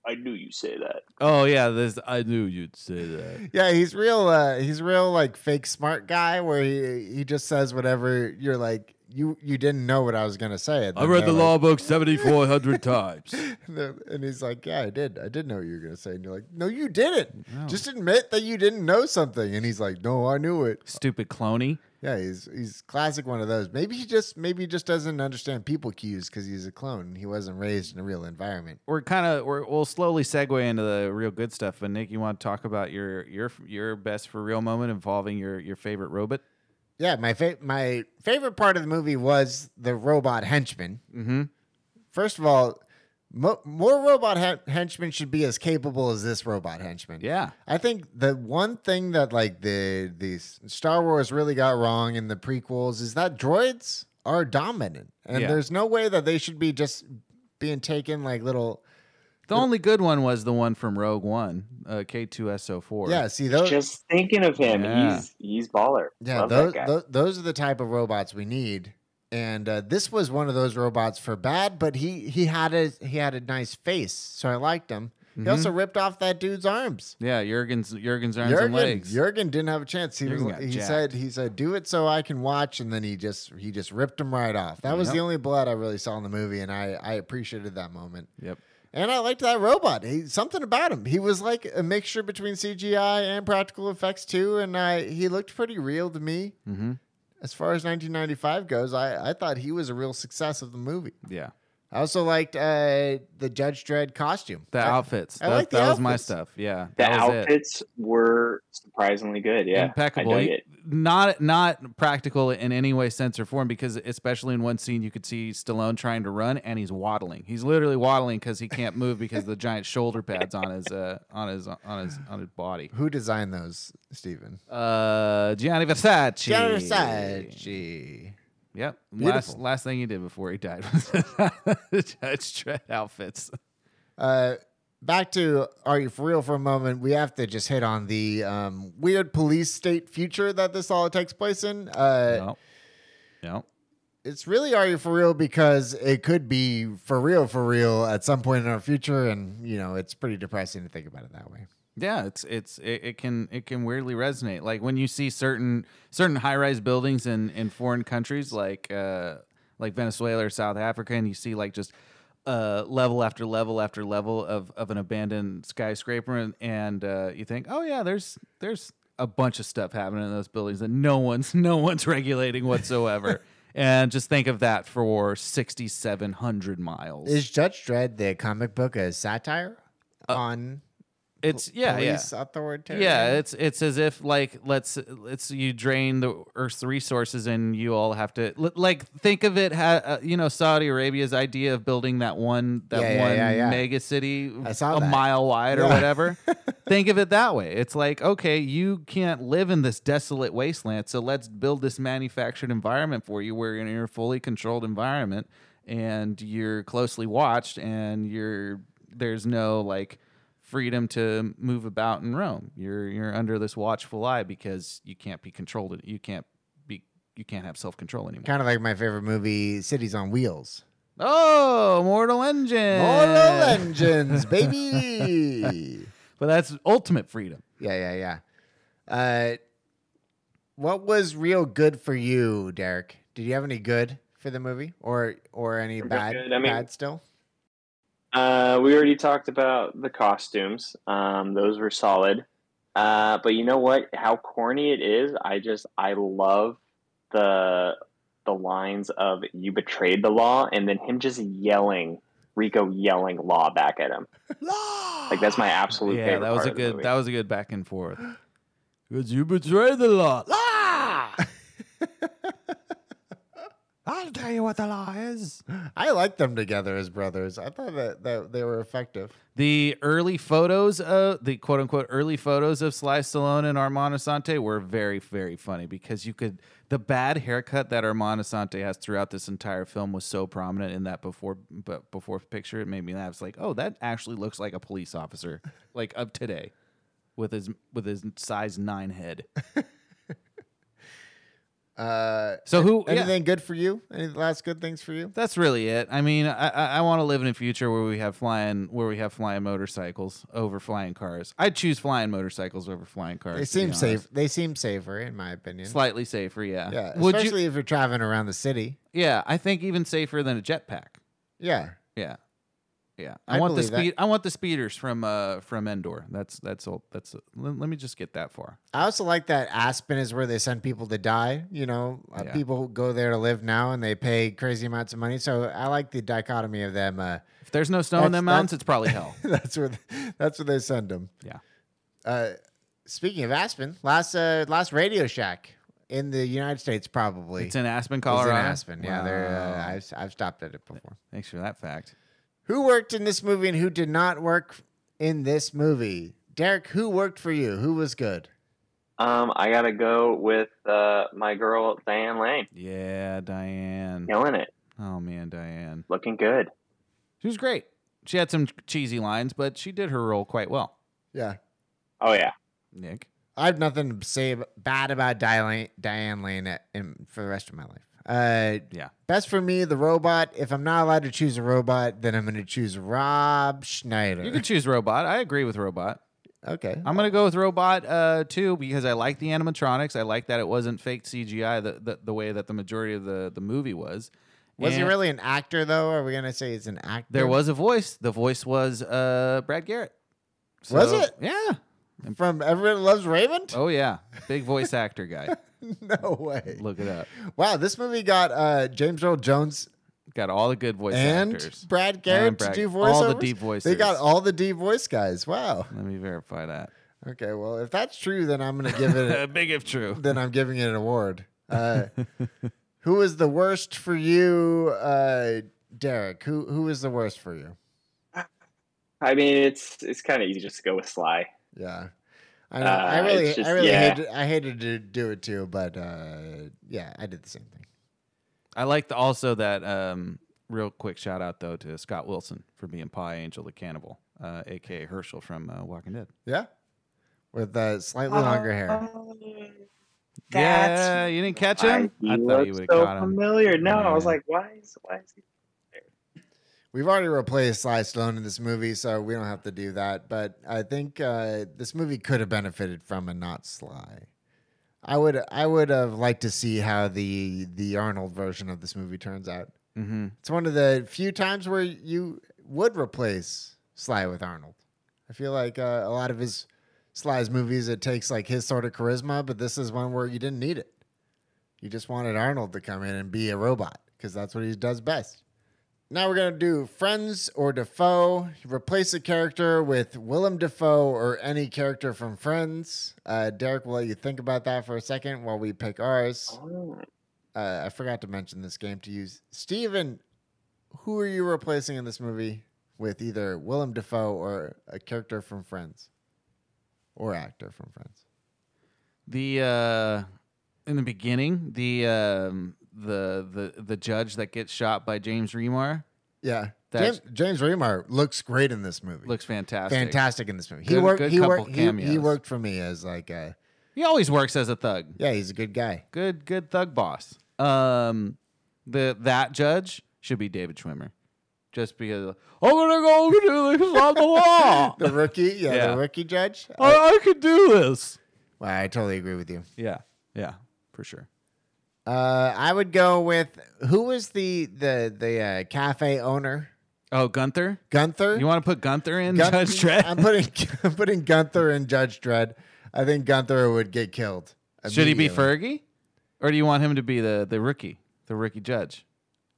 I knew you say that. oh yeah, this I knew you'd say that. Yeah, he's real. Uh, he's real like fake smart guy where he he just says whatever you're like. you you didn't know what I was gonna say. And I then read they're the like- law book 7,400 times. And he's like, "Yeah, I did. I did know what you were gonna say." And you're like, "No, you didn't. Just admit that you didn't know something." And he's like, "No, I knew it." Stupid cloney. Yeah, he's he's classic one of those. Maybe he just maybe he just doesn't understand people cues because he's a clone. He wasn't raised in a real environment. We're kind of we're, we'll slowly segue into the real good stuff. But Nick, you want to talk about your your your best for real moment involving your your favorite robot? Yeah, my fa- my favorite part of the movie was the robot henchman. Mm-hmm. First of all, mo- more robot he- henchmen should be as capable as this robot henchman. Yeah. I think the one thing that like the the Star Wars really got wrong in the prequels is that droids are dominant, and Yeah. there's no way that they should be just being taken like little. The only good one was the one from Rogue One, uh, K2SO4. Yeah, see those. Just thinking of him, Yeah. he's he's baller. yeah, Love those, that guy. those those are the type of robots we need. And uh, this was one of those robots for bad, but he he had a he had a nice face, so I liked him. Mm-hmm. He also ripped off that dude's arms. Yeah, Jurgen's Jurgen's arms and Jurgen, legs. Jurgen didn't have a chance. He was, Jurgen got he jacked. said he said do it so I can watch, and then he just he just ripped him right off. That was Yep. the only blood I really saw in the movie, and I I appreciated that moment. yep. And I liked that robot. He, something about him. He was like a mixture between CGI and practical effects too, and I he looked pretty real to me. Mm-hmm. As far as 1995 goes, I I thought he was a real success of the movie. Yeah. I also liked uh, the Judge Dredd costume. The I- outfits. I that like the that was my outfits. stuff. Yeah. the that was it. outfits were surprisingly good. Yeah, impeccable. I dug You- it. Not not practical in any way, sense or form, because especially in one scene you could see Stallone trying to run and he's waddling. He's literally waddling because he can't move because of the giant shoulder pads on his uh, on his on his on his body. Who designed those, Steven? Uh, Gianni Versace. Gianni Versace. Yep. Last Beautiful. last thing he did before he died was Judge Dredd outfits. Uh, back to are you for real for a moment? We have to just hit on the um, weird police state future that this all takes place in. Uh, No. No. It's really are you for real because it could be for real for real at some point in our future, and you know it's pretty depressing to think about it that way. Yeah, it's it's it, it can it can weirdly resonate. Like when you see certain certain high rise buildings in in foreign countries, like uh, like Venezuela or South Africa, and you see like just uh, level after level after level of of an abandoned skyscraper, and, and uh, you think, oh yeah, there's there's a bunch of stuff happening in those buildings that no one's no one's regulating whatsoever. and just think of that for sixty seven hundred miles. Is Judge Dredd the comic book a satire on it's Uh, yeah, yeah. police authoritarian? Yeah, it's it's as if like let's let's you drain the Earth's resources and you all have to li- like think of it. Ha, uh, you know Saudi Arabia's idea of building that one that Yeah, yeah, one yeah, yeah. mega city I saw a that. mile wide or Yeah. whatever. think of it that way. It's like okay, you can't live in this desolate wasteland, so let's build this manufactured environment for you where you're in a fully controlled environment and you're closely watched and you're there's no like freedom to move about in Rome. You're you're under this watchful eye because you can't be controlled. You can't be you can't have self control anymore. kind of like my favorite movie, Cities on Wheels. Oh, Mortal Engine. Mortal Engines, baby. But that's ultimate freedom. Yeah, yeah, yeah. Uh, what was real good for you, Derek? Did you have any good for the movie, or or any Real bad? good, I mean- bad still. Uh, we already talked about the costumes. Um, those were solid. Uh, but you know what? How corny it is. I just I love the the lines of "You betrayed the law," and then him just yelling, Rico yelling "law" back at him. Like that's my absolute yeah, favorite. that was part a of the good movie. that was a good back and forth. Because you betrayed the law. Ah! I'll tell you what the law is. I like them together as brothers. I thought that, that they were effective. The early photos of the quote unquote early photos of Sly Stallone and Armand Asante were very, very funny because you could the bad haircut that Armand Asante has throughout this entire film was so prominent in that before but before picture it made me laugh. It's like, oh, that actually looks like a police officer, like of today. With his with his size nine head. Uh, So who? yeah. anything good for you? Any last good things for you? That's really it. I mean, I I, I want to live in a future where we have flying where we have flying motorcycles over flying cars. I'd choose flying motorcycles over flying cars. They to be seem honest. safe. They seem safer, in my opinion. Slightly safer, yeah. yeah, Would especially you? if you're traveling around the city. Yeah, I think even safer than a jetpack. Yeah, Yeah, yeah. I, I want the believe that. speed. I want the speeders from uh from Endor. That's that's all. That's let, let me just get that far. I also like that Aspen is where they send people to die. You know, uh, Yeah. people go there to live now, and they pay crazy amounts of money. So I like the dichotomy of them. Uh, If there's no snow in That's- them that's- mountains, it's probably hell. that's where that's where they send them. Yeah. Uh, speaking of Aspen, last uh, last Radio Shack in the United States probably It's in Aspen, is in Colorado. Aspen. Yeah, they're, Wow. uh, I've I've stopped at it before. Thanks for that fact. Who worked in this movie and who did not work in this movie? Derek, who worked for you? Who was good? Um, I gotta go with uh, my girl Diane Lane, Yeah, Diane. killing it, Oh man, Diane. looking good. She was great. She had some cheesy lines, but she did her role quite well. Yeah. Oh yeah, Nick. I have nothing to say ab- bad about Diane, Diane Lane at, in, for the rest of my life. Uh, Yeah. Best for me, the robot. If I'm not allowed to choose a robot, then I'm going to choose Rob Schneider. You could choose Robot. I agree with Robot. okay. I'm gonna go with Robot uh, too because I like the animatronics. I like that it wasn't fake CGI the, the, the way that the majority of the, the movie was. Was he And really an actor, though? Are we going to say he's an actor? There was a voice. The voice was uh, Brad Garrett. Was it? Yeah. From Everyone Loves Raymond? Oh yeah. Big voice actor guy. No way. Look it up. Wow, this movie got uh, James Earl Jones Got all the good voice and actors. Brad Garrett And Brad- to do voiceovers. all the deep voices. They got all the deep voice guys. Wow. Let me verify that. Okay. Well, if that's true, then I'm gonna give it. Big if true. then I'm giving it an award. Uh, who was the worst for you, uh, Derek? Who who was the worst for you? I mean it's it's kind of easy just to go with Sly. Yeah. I know. Uh, I really, it's just- I really yeah. hated, I hated to do it too, but uh, yeah, I did the same thing. I like the, also that um, real quick shout out though to Scott Wilson for being Pie Angel the Cannibal, uh, aka Herschel from uh, Walking Dead. Yeah. With uh, slightly longer hair. That's yeah, you didn't catch him. Why I he thought you would looks have so caught him. familiar. No, I was Yeah. like, why is why is he? We've already replaced Sly Stallone in this movie, so we don't have to do that. But I think uh, this movie could have benefited from a not Sly. I would, I would have liked to see how the the Arnold version of this movie turns out. Mm-hmm. It's one of the few times where you would replace Sly with Arnold. I feel like uh, a lot of his Sly's movies, it takes like his sort of charisma, but this is one where you didn't need it. You just wanted Arnold to come in and be a robot because that's what he does best. Now we're gonna do Friends or Defoe. Replace a character with Willem Defoe or any character from Friends. Uh, Derek, will let you think about that for a second while we pick ours Oh, uh, I forgot to mention this game to you. Steven, who are you replacing in this movie with either Willem Dafoe or a character from Friends or actor from Friends? The uh, in the beginning, the um, the the the judge that gets shot by James Remar Yeah. That's- James, James Remar looks great in this movie. looks fantastic. fantastic in this movie. he Good- worked good he couple worked he, he cameos. worked for me as like a He always works as a thug. yeah, he's a good guy. Good good thug boss. Um, the that judge should be David Schwimmer, just because I'm gonna go do this on the law. The rookie, yeah, Yeah. the rookie judge. Uh, I, I could do this. well, I totally agree with you. Yeah, yeah, for sure. Uh, I would go with who was the the the uh, cafe owner? Oh, Gunther, Gunther? you want to put Gunther in Gun- Judge Dredd? I'm putting I'm putting Gunther and Judge Dredd. I think Gunther would get killed. Should he be immediately. Fergie, or do you want him to be the the rookie, the rookie judge?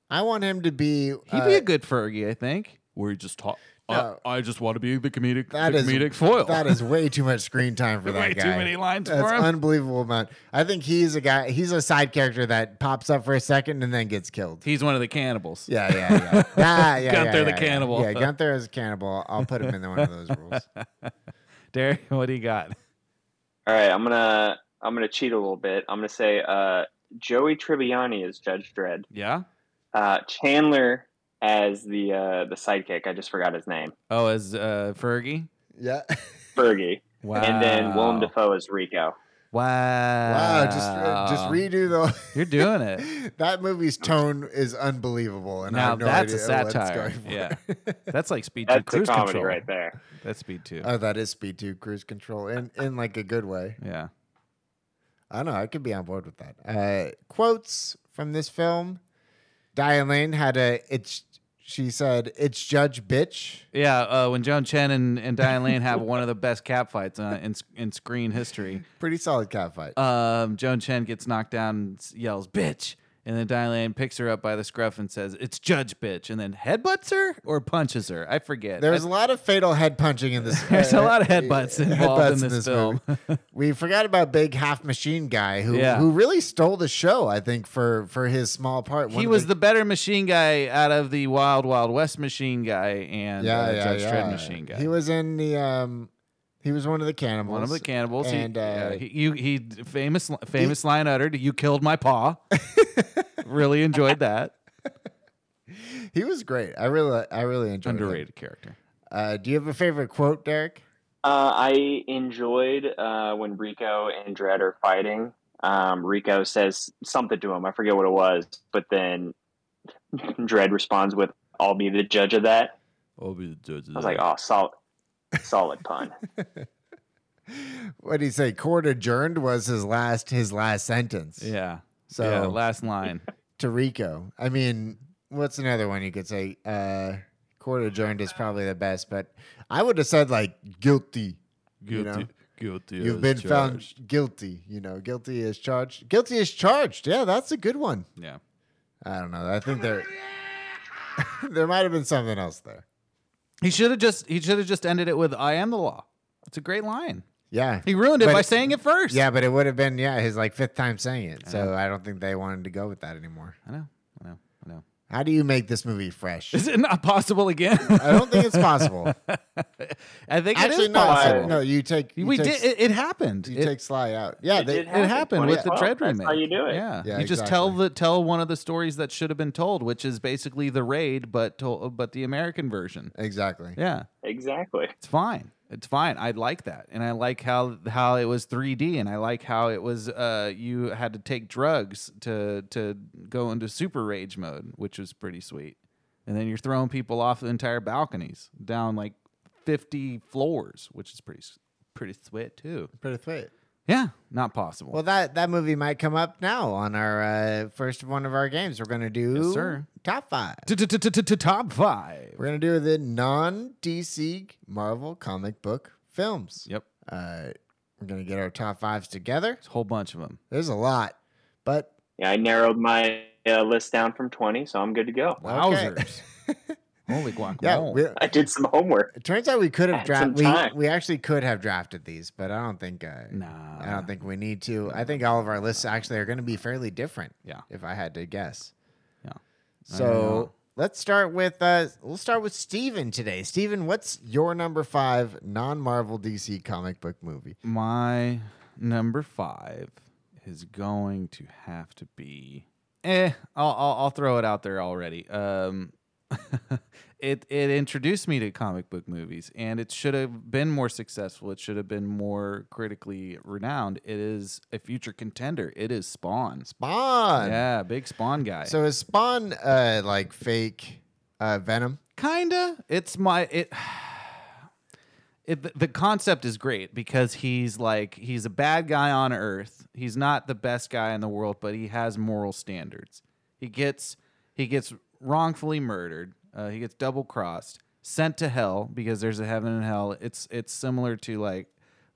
I want him to be. He'd uh, be a good Fergie, I think. Where he just talk. No. I, I just want to be the comedic, That the is- comedic foil. that is way too much screen time for that way guy. too many lines That's for him. unbelievable amount. I think he's a guy. He's a side character that pops up for a second and then gets killed. He's one of the cannibals. Yeah, yeah, yeah. Ah, yeah, Gunther yeah, the yeah, cannibal. Yeah. yeah, Gunther is a cannibal. I'll put him in one of those rules. Derek, what do you got? All right, I'm gonna I'm gonna cheat a little bit. I'm gonna say uh, Joey Tribbiani is Judge Dredd. Yeah. Uh, Chandler as the uh, the sidekick. I just forgot his name. Oh, as uh, Fergie. Yeah, Fergie, Wow. and then Willem Dafoe as Rico. Wow. Wow, just uh, just redo the. You're doing it. that movie's tone is unbelievable, and I now have no that's a idea what it's satire. going for. Yeah. That's like speed two That's a cruise comedy control. right there. That's speed two. Oh, that is Speed Two Cruise Control, in in like a good way. yeah. I know I could be on board with that. Uh, quotes from this film: Diane Lane had a it's. She said, "It's Judge Bitch." Yeah, uh, when Joan Chen and, and Diane Lane have one of the best catfights uh, in in screen history, Pretty solid catfight. um, Joan Chen gets knocked down and s- yells "bitch," and then Diane Lane picks her up by the scruff and says, "It's Judge Bitch," and then headbutts her or punches her. I forget. There's I- a lot of fatal head punching in this. There's a lot of uh, headbutts involved in this film. movie. we forgot about Big Half Machine Guy, who Yeah. who really stole the show. I think for for his small part. One he of was the better machine guy out of the Wild Wild West machine guy and yeah, uh, yeah, Judge yeah. Dredd machine guy. He was in the um, he was one of the cannibals. one of the cannibals. He- And, uh, yeah, he, you, he famous famous line uttered, "You killed my paw." really enjoyed that. He was great. I really I really enjoyed. him. Underrated character. Uh, do you have a favorite quote, Derek? Uh, I enjoyed uh, when Rico and Dredd are fighting. Um, Rico says something to him. I forget what it was, but then Dredd responds with, "I'll be the judge of that." I'll be the judge. I was like, "Oh, solid, solid pun." What did he say? Court adjourned was his last his last sentence. yeah. So yeah, last line. to Rico. I mean, what's another one you could say? Uh, court adjourned is probably the best, but I would have said like guilty. You know? guilty. You've been found guilty. You know, guilty is charged. Guilty is charged. Yeah, that's a good one. Yeah. I don't know. I think there there might have been something else there. He should have just he should have just ended it with "I am the law." It's a great line. Yeah. He ruined it But- by saying it first. Yeah, but it would have been yeah his like fifth time saying it, Uh-huh. so I don't think they wanted to go with that anymore. I know. I know. I know. How do you make this movie fresh? Is it not possible again? I don't think it's possible. I think it Actually, is no, possible. no. You take you we take, did. It, it happened. You It- take Sly out. Yeah, It they, did it happened with the Dread 2012. remake. That's how you do it. Yeah, Yeah, you just tell exactly. the tell one of the stories that should have been told, which is basically the raid, but told, but the American version. exactly. Yeah, Exactly. it's fine. It's fine. I like that, and I like how how it was 3D, and I like how it was. Uh, you had to take drugs to to go into super rage mode, which was pretty sweet. And then you're throwing people off the entire balconies down like 50 floors, which is pretty s- pretty sweet too. Pretty sweet. Yeah, not possible. Well, that that movie might come up now on our uh, first one of our games. We're gonna do Yes, sir. top five. Top five. We're gonna do the non DC Marvel comic book films. Yep. Uh, we're gonna get our top fives together. It's a whole bunch of them. There's a lot, but Yeah, I narrowed my uh, list down from twenty, so I'm good to go. Wowzers. Holy guacamole. yeah, we, I did some homework. it turns out we could have Had some drafted. We, time. we actually could have drafted these, but I don't think. Uh, nah. I don't think we need to. I think all of our lists actually are going to be fairly different. Yeah. If I had to guess. Yeah. So let's start with uh we'll start with Steven today. Steven, what's your number five non-Marvel DC comic book movie? My number five is going to have to be. Eh, I'll, I'll, I'll throw it out there already. Um, it it introduced me to comic book movies, and it should have been more successful. It should have been more critically renowned. It is a future contender. It is Spawn. Spawn. Yeah, big Spawn guy. So is Spawn uh like fake uh Venom? kinda it's my it it the- the concept is great because he's like he's a bad guy on earth he's not the best guy in the world but he has moral standards he gets he gets wrongfully murdered uh, he gets double crossed sent to hell because there's a heaven and hell it's it's similar to like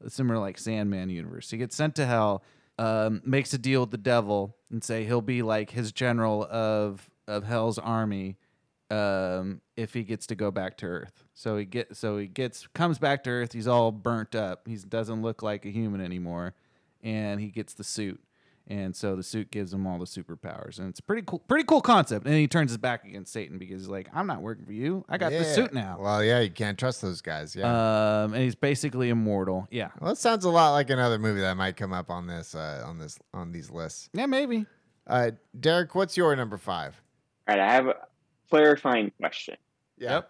similar like Sandman universe. He gets sent to hell, um, makes a deal with the devil, and say he'll be like his general of of hell's army um, if he gets to go back to Earth. So he get so he gets comes back to Earth. He's all burnt up. He doesn't look like a human anymore, and he gets the suit. And so the suit gives him all the superpowers, and it's a pretty cool, pretty cool concept. And he turns his back against Satan because he's like, "I'm not working for you. I got the Yeah. suit now." Well, yeah, you can't trust those guys. Yeah. Um, and he's basically immortal. Yeah, well, it sounds a lot like another movie that might come up on this uh on this on these lists. yeah, maybe. Uh Derek, what's your number five? All right, I have a clarifying question. Yeah.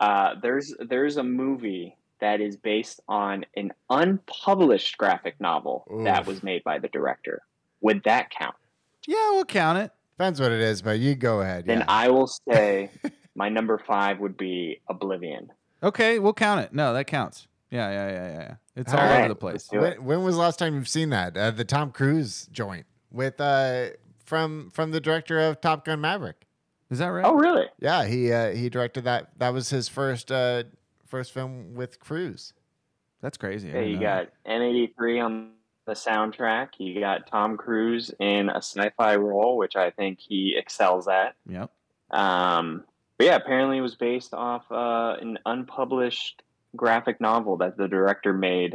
Uh, there's there's a movie that is based on an unpublished graphic novel that Oof. was made by the director. Would that count? Yeah, we'll count it. Depends what it is, but you go ahead. Then yeah. I will say my number five would be Oblivion. Okay, we'll count it. No, that counts. Yeah, yeah, yeah, yeah. yeah. It's all, All Oh. over right, the place. let's do it. When, when was the last time you've seen that? Uh, the Tom Cruise joint with uh, from from the director of Top Gun Maverick. Is that right? Oh, really? Yeah, he uh, he directed that. That was his first uh, first film with Cruise. That's crazy. I Yeah, didn't you know got N83 on the soundtrack. You got Tom Cruise in a sci-fi role, which I think he excels at. that. Yep. Um, but yeah, apparently it was based off uh, an unpublished graphic novel that the director made.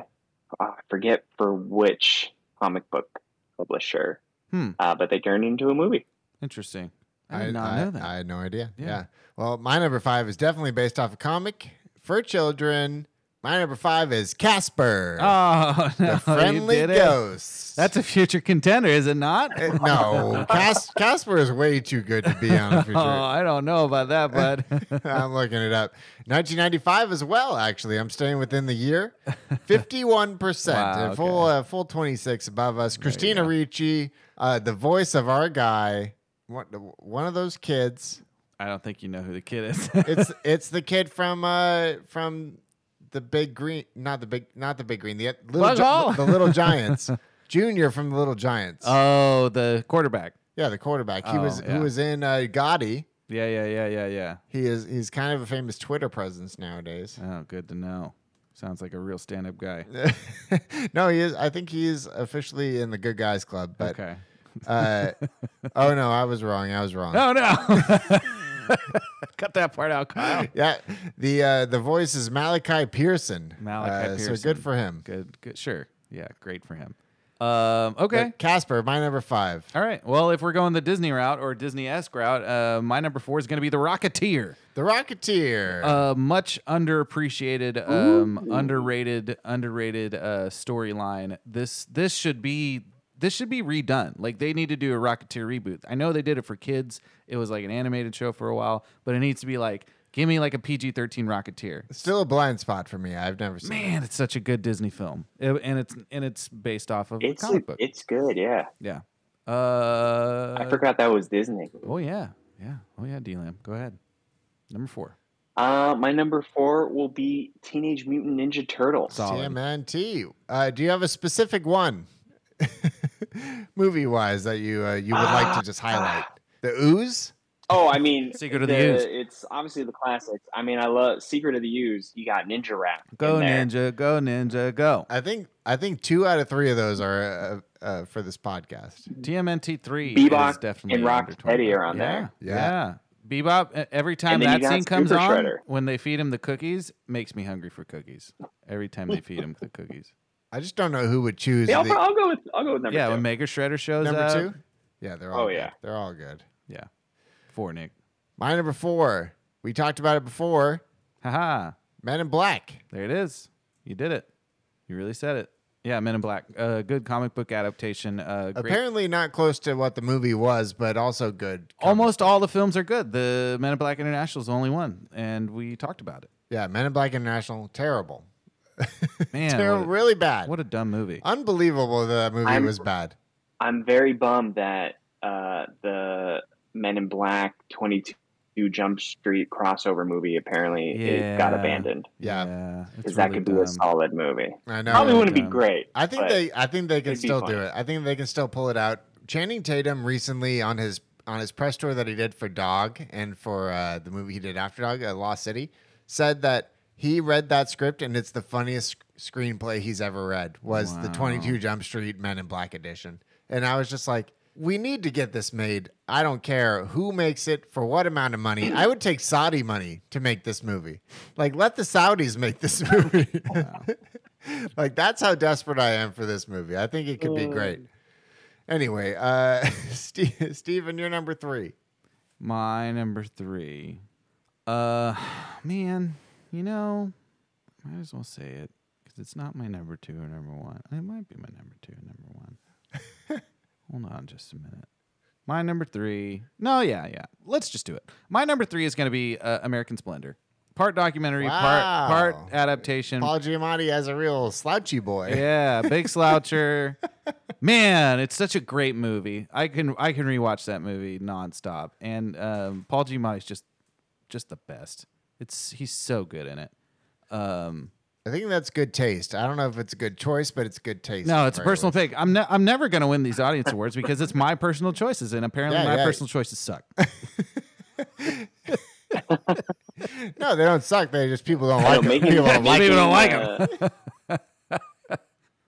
Uh, I forget for which comic book publisher, Hmm. uh, but they turned it into a movie. Interesting. I did not know that. I had no idea. Yeah. Yeah. Well, my number five is definitely based off a comic for children. My number five is Casper, oh, no, the friendly you did It. ghost. That's a future contender, is it not? Uh, no, Cas- Casper is way too good to be on a oh, future. I don't know about that, bud. I'm looking it up. 1995 as well. Actually, I'm staying within the year. 51 percent, Wow, full uh, full 26 above us. Christina Ricci, uh, the voice of our guy, one, one of those kids. I don't think you know who the kid is. It's it's the kid from uh from the Big Green, not the big, not the Big Green, the uh, little Bug Gi- Hall. the Little Giants. Junior from the Little Giants. oh, the quarterback. yeah, the quarterback. He oh, was yeah. who was in uh, Gotti. Yeah, yeah, yeah, yeah, yeah. He is he's kind of a famous Twitter presence nowadays. Oh, good to know. Sounds like a real stand-up guy. no, he is. I think he is officially in the Good Guys Club. But okay. uh, oh no, I was wrong. I was wrong. Oh no. Cut that part out, Kyle. Yeah, the uh, the voice is Malachi Pearson. Malachi Uh, So Pearson. good for him. Good, good. Sure. Yeah, great for him. Um, okay. But Casper, my number five. All right. Well, if we're going the Disney route or Disney esque route, uh, my number four is going to be The Rocketeer. The Rocketeer. Uh, much underappreciated, um, underrated, underrated uh, storyline. This this should be this should be redone. Like they need to do a Rocketeer reboot. I know they did it for kids. It was like an animated show for a while, but it needs to be like give me like a PG thirteen Rocketeer. Still a blind spot for me. I've never seen. Man, it's such a good Disney film, It- and it's and it's based off of It's a comic book. it's good. Yeah, yeah. I Uh, forgot that was Disney. oh yeah, yeah. Oh yeah, D Lamb. Go ahead. Number four. Uh, my number four will be Teenage Mutant Ninja Turtles. Solid. TMNT. Uh, do you have a specific one, movie wise, that you uh, you would like Ah, to just highlight? The ooze. Oh, I mean, Secret of the Ooze. It's obviously the classics. I mean, I love Secret of the Ooze. You got Ninja Rap. in Go there. ninja, go ninja, go. I think I think two out of three of those are uh, uh, for this podcast. TMNT three Bebop is definitely and under 20. Rocksteady are on yeah, there. Yeah. Yeah. Bebop. e- Every time then you that got scene comes Super on, Shredder. when they feed him the cookies, makes me hungry for cookies. Every time they feed him the cookies. I just don't know who would choose. Yeah, I'll, the- pro- I'll go with I'll go with number yeah, two. when Mega Shredder shows number up. two. Yeah, they're all. Oh, good. yeah. they're all good. Yeah, four Nick. My number four. We talked about it before. Haha, Men in Black. there it is. You did it. You really said it. Yeah, Men in Black. Uh, good comic book adaptation. Uh, great Apparently not close to what the movie was, but also good. Almost all the films are good. The Men in Black International is the only one, and we talked about it. Yeah, Men in Black International. Terrible. Man, Terrible. what, a, really Uh, bad. what a dumb movie. Unbelievable that movie I'm- was bad. I'm very bummed that uh, the Men in Black 22 Jump Street crossover movie apparently it got Yeah. abandoned Yeah, because that could be a solid movie. I know. Probably really wouldn't dumb. be great. I think but they. I think they can it'd be still funny. do it. I think they can still pull it out. Channing Tatum recently on his on his press tour that he did for Dog and for uh, the movie he did after Dog, uh, Lost City, said that he read that script and it's the funniest sc- screenplay he's ever read. Was the Wow. Twenty Two Jump Street Men in Black edition, and I was just like. We need to get this made. I don't care who makes it for what amount of money. I would take Saudi money to make this movie. Like, let the Saudis make this movie. like that's how desperate I am for this movie. I think it could be great. Anyway, uh, Ste Steven, you're number three. My number three. Uh, man, you know, might as well say it because it's not my number two or number one. It might be my number two and number one. Hold on just a minute. My number three. No, yeah, yeah. Let's just do it. My number three is going to be uh, American Splendor. part documentary, Wow. part part adaptation. Paul Giamatti as a real slouchy boy. yeah, Big Sloucher. Man, it's such a great movie. I can I can rewatch that movie nonstop. And um, Paul Giamatti's just just the best. It's he's so good in it. Um, I think that's good taste. I don't know if it's a good choice, but it's good taste. no, it's a Right. personal pick. I'm ne- I'm never gonna win these audience awards because it's my personal choices, and apparently Yeah, my yeah. personal choices suck. No, they don't suck. They just people don't like I know, them. making, People don't like People them. don't like uh,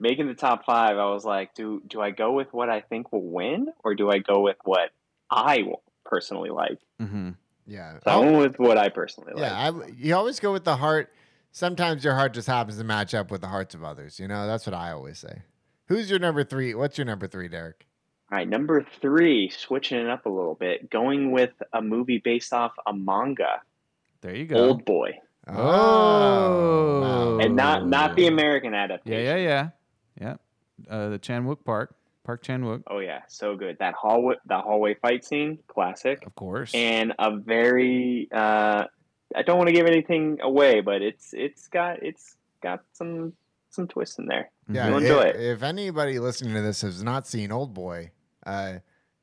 making the top five, I was like, do do I go with what I think will win, or do I go with what I personally like? hmm Yeah. So I went with what I personally like. Oh. Yeah, I, you always go with the heart. Sometimes your heart just happens to match up with the hearts of others. You know, that's what I always say. Who's your number three? What's your number three, Derek? All right, number three, switching it up a little bit, going with a movie based off a manga, There you go. Old Boy, Oh, and not not the American Yeah, adaptation. yeah, yeah, yeah. Uh, the Chan Wook Park, Park Chan Wook, Oh yeah, so good. That hallway that hallway fight scene, classic, of course. and a very. Uh, I don't want to give anything away, but it's it's got it's got some some twists in there. Yeah, You'll if, enjoy it. if anybody listening to this has not seen Old Boy, uh,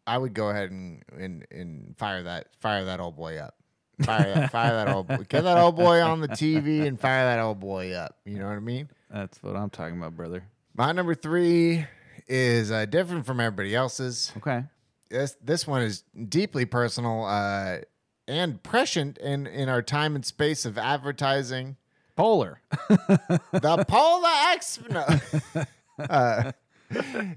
I would go ahead and, and and fire that fire that old boy up. Fire that fire that old boy. Get that old boy on the TV and fire that old boy up. You know what I mean? That's what I'm talking about, brother. My number three is uh, different from everybody else's. Okay. this this one is deeply personal uh, and prescient in in our time and space of advertising. Polar. The Polar X. No. uh,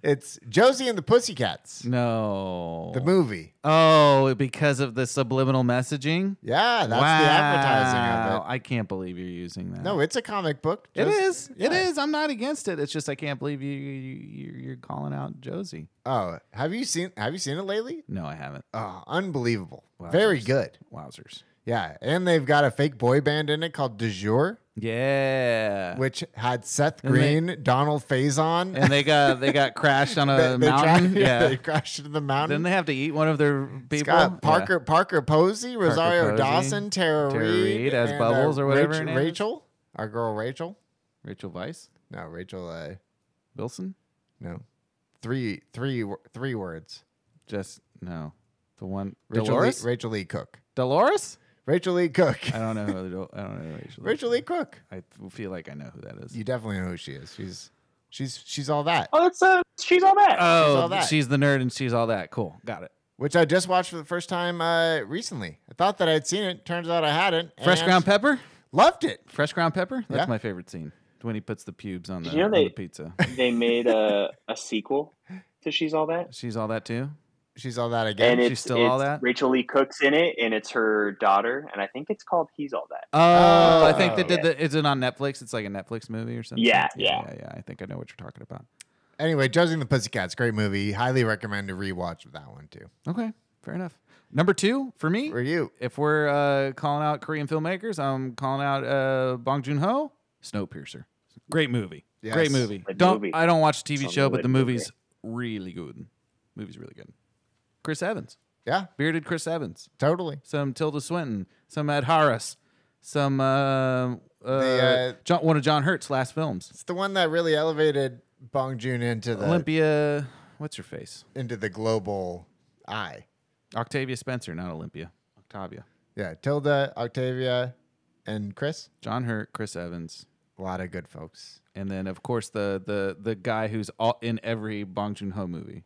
it's Josie and the Pussycats, No. the movie. Oh, because of the subliminal messaging. Yeah, that's wow. the advertising of it. I can't believe you're using that. No, it's a comic book. it Jos- is. It yeah. is. I'm not against it. It's just I can't believe you, you you- you're calling out Josie. Oh, have you seen Have you seen it lately? No, I haven't. Oh, unbelievable. Wow, Very Josie. good. Wowzers. Yeah, and they've got a fake boy band in it called De Jour, Yeah. which had Seth And they- Green, Donald Faison, and they got they got crashed on they, a they mountain. tried- yeah. they crashed into the Then mountain. they have to eat one of their people. It's got Parker, Yeah. Parker Posey, Rosario Posey, Dawson, Tara, Tara Reid, Reid as and, Bubbles or whatever her Rachel, name is. Rachel, our girl Rachel. Rachel Weiss No, Rachel. Uh, Wilson. no, three, three, wo- three words. Just no. The one Rachel Dolores. Lee, Rachel Lee Cook. Dolores. Rachel Lee Cook. I don't know who the Dol- I don't know Rachel. Rachel Lee Cook. I feel like I know who that is. You definitely know who she is. She's she's she's all that. Oh, that's uh, she's all that. oh, all that. she's the nerd and she's all that. Cool. Got it. Which I just watched for the first time uh, recently. I thought that I'd seen it. Turns out I hadn't. Fresh and ground pepper. Loved it. Fresh ground pepper. That's Yeah. my favorite scene when he puts the pubes on the, Did you know on they- the pizza. they made a a sequel to She's All That, She's all that too. She's all that again. and She's it's, still it's all that? Rachel Lee Cook's in it, and it's her daughter, and I think it's called He's All That. Oh, I think they Oh. did the. Is it on Netflix? It's like a Netflix movie or something. Yeah, yeah, yeah. yeah. yeah. I think I know what you're talking about. Anyway, Josie and the Pussycats, great movie. Highly recommend a rewatch of that one too. Okay, fair enough. Number two for me. For you, If we're uh, calling out Korean filmmakers, I'm calling out uh, Bong Joon Ho, Snowpiercer. Great movie. Yes. Great movie. Good don't movie. I don't watch TV Solid show, but the movie. movie's really good. Movie's really good. Chris Evans, yeah, bearded Chris Evans, totally. some Tilda Swinton, some Ed Harris, some uh, uh, The, uh, John, one of John Hurt's last films, It's the one that really elevated Bong Joon into the Olympia. What's her face? into the global eye. Octavia Spencer, not Olympia. Octavia. Yeah, Tilda, Octavia, and Chris. John Hurt, Chris Evans. A lot of good folks. and then of course the the the guy who's all in every Bong Joon Ho movie.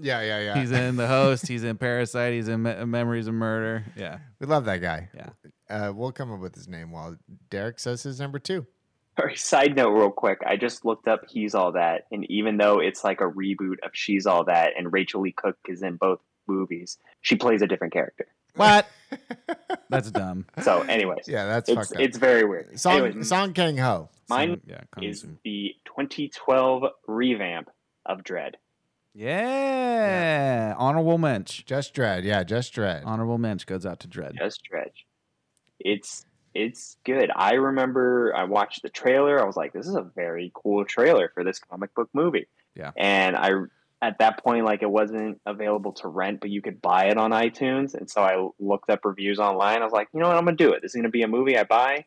Yeah, yeah, yeah. He's in the host. He's in Parasite. He's in Me- Memories of Murder. Yeah, we love that guy. yeah. Uh, we'll come up with his name while Derek says his number two. Sorry, side note, real quick. I just looked up He's All That, and even though it's like a reboot of She's All That, and Rachel Lee Cook is in both movies, she plays a different character. What? That's dumb. So, anyways, Ah, Yeah, that's it's fucked up. it's very weird. Song anyways, Song Kang Ho. mine Some- yeah, Kung is Soon. the 2012 revamp of Dread. yeah. Honorable mensch. Just Dread. Yeah, Just Dread. Honorable mensch goes out to Dread. Just Dread. It's it's good. I remember I watched the trailer. I was like, this is a very cool trailer for this comic book movie. Yeah. And I at that point like it wasn't available to rent but you could buy it on itunes and so i looked up reviews online i was like you know what i'm gonna do it this is gonna be a movie i buy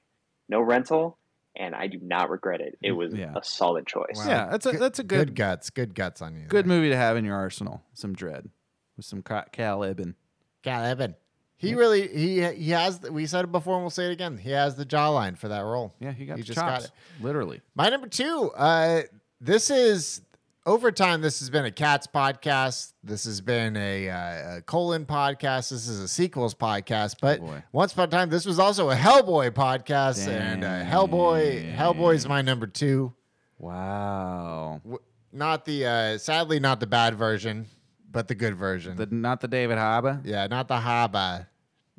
no rental and i do not regret it it was Yeah. a solid choice Wow. Yeah, that's a Good- that's a Good, good good, guts. Good guts on you. movie to have in your arsenal. Some dread with some ca- Cal Eben. God, Evan. He really he he has. We said it before, and we'll say it again. He has the jawline for that role. Yeah, he got He the just got chops. it. Literally. My number two. Uh, this is over time. This has been a cats podcast. This has been a, uh, a colon podcast. This is a sequels podcast. But Oh, boy. once upon a time, this was also a Hellboy podcast, and uh, Hellboy. Dang. Hellboy's my number two. Wow. W- Not the uh, sadly not the bad version, but the good version. The not the David Haba. yeah, not the Haba,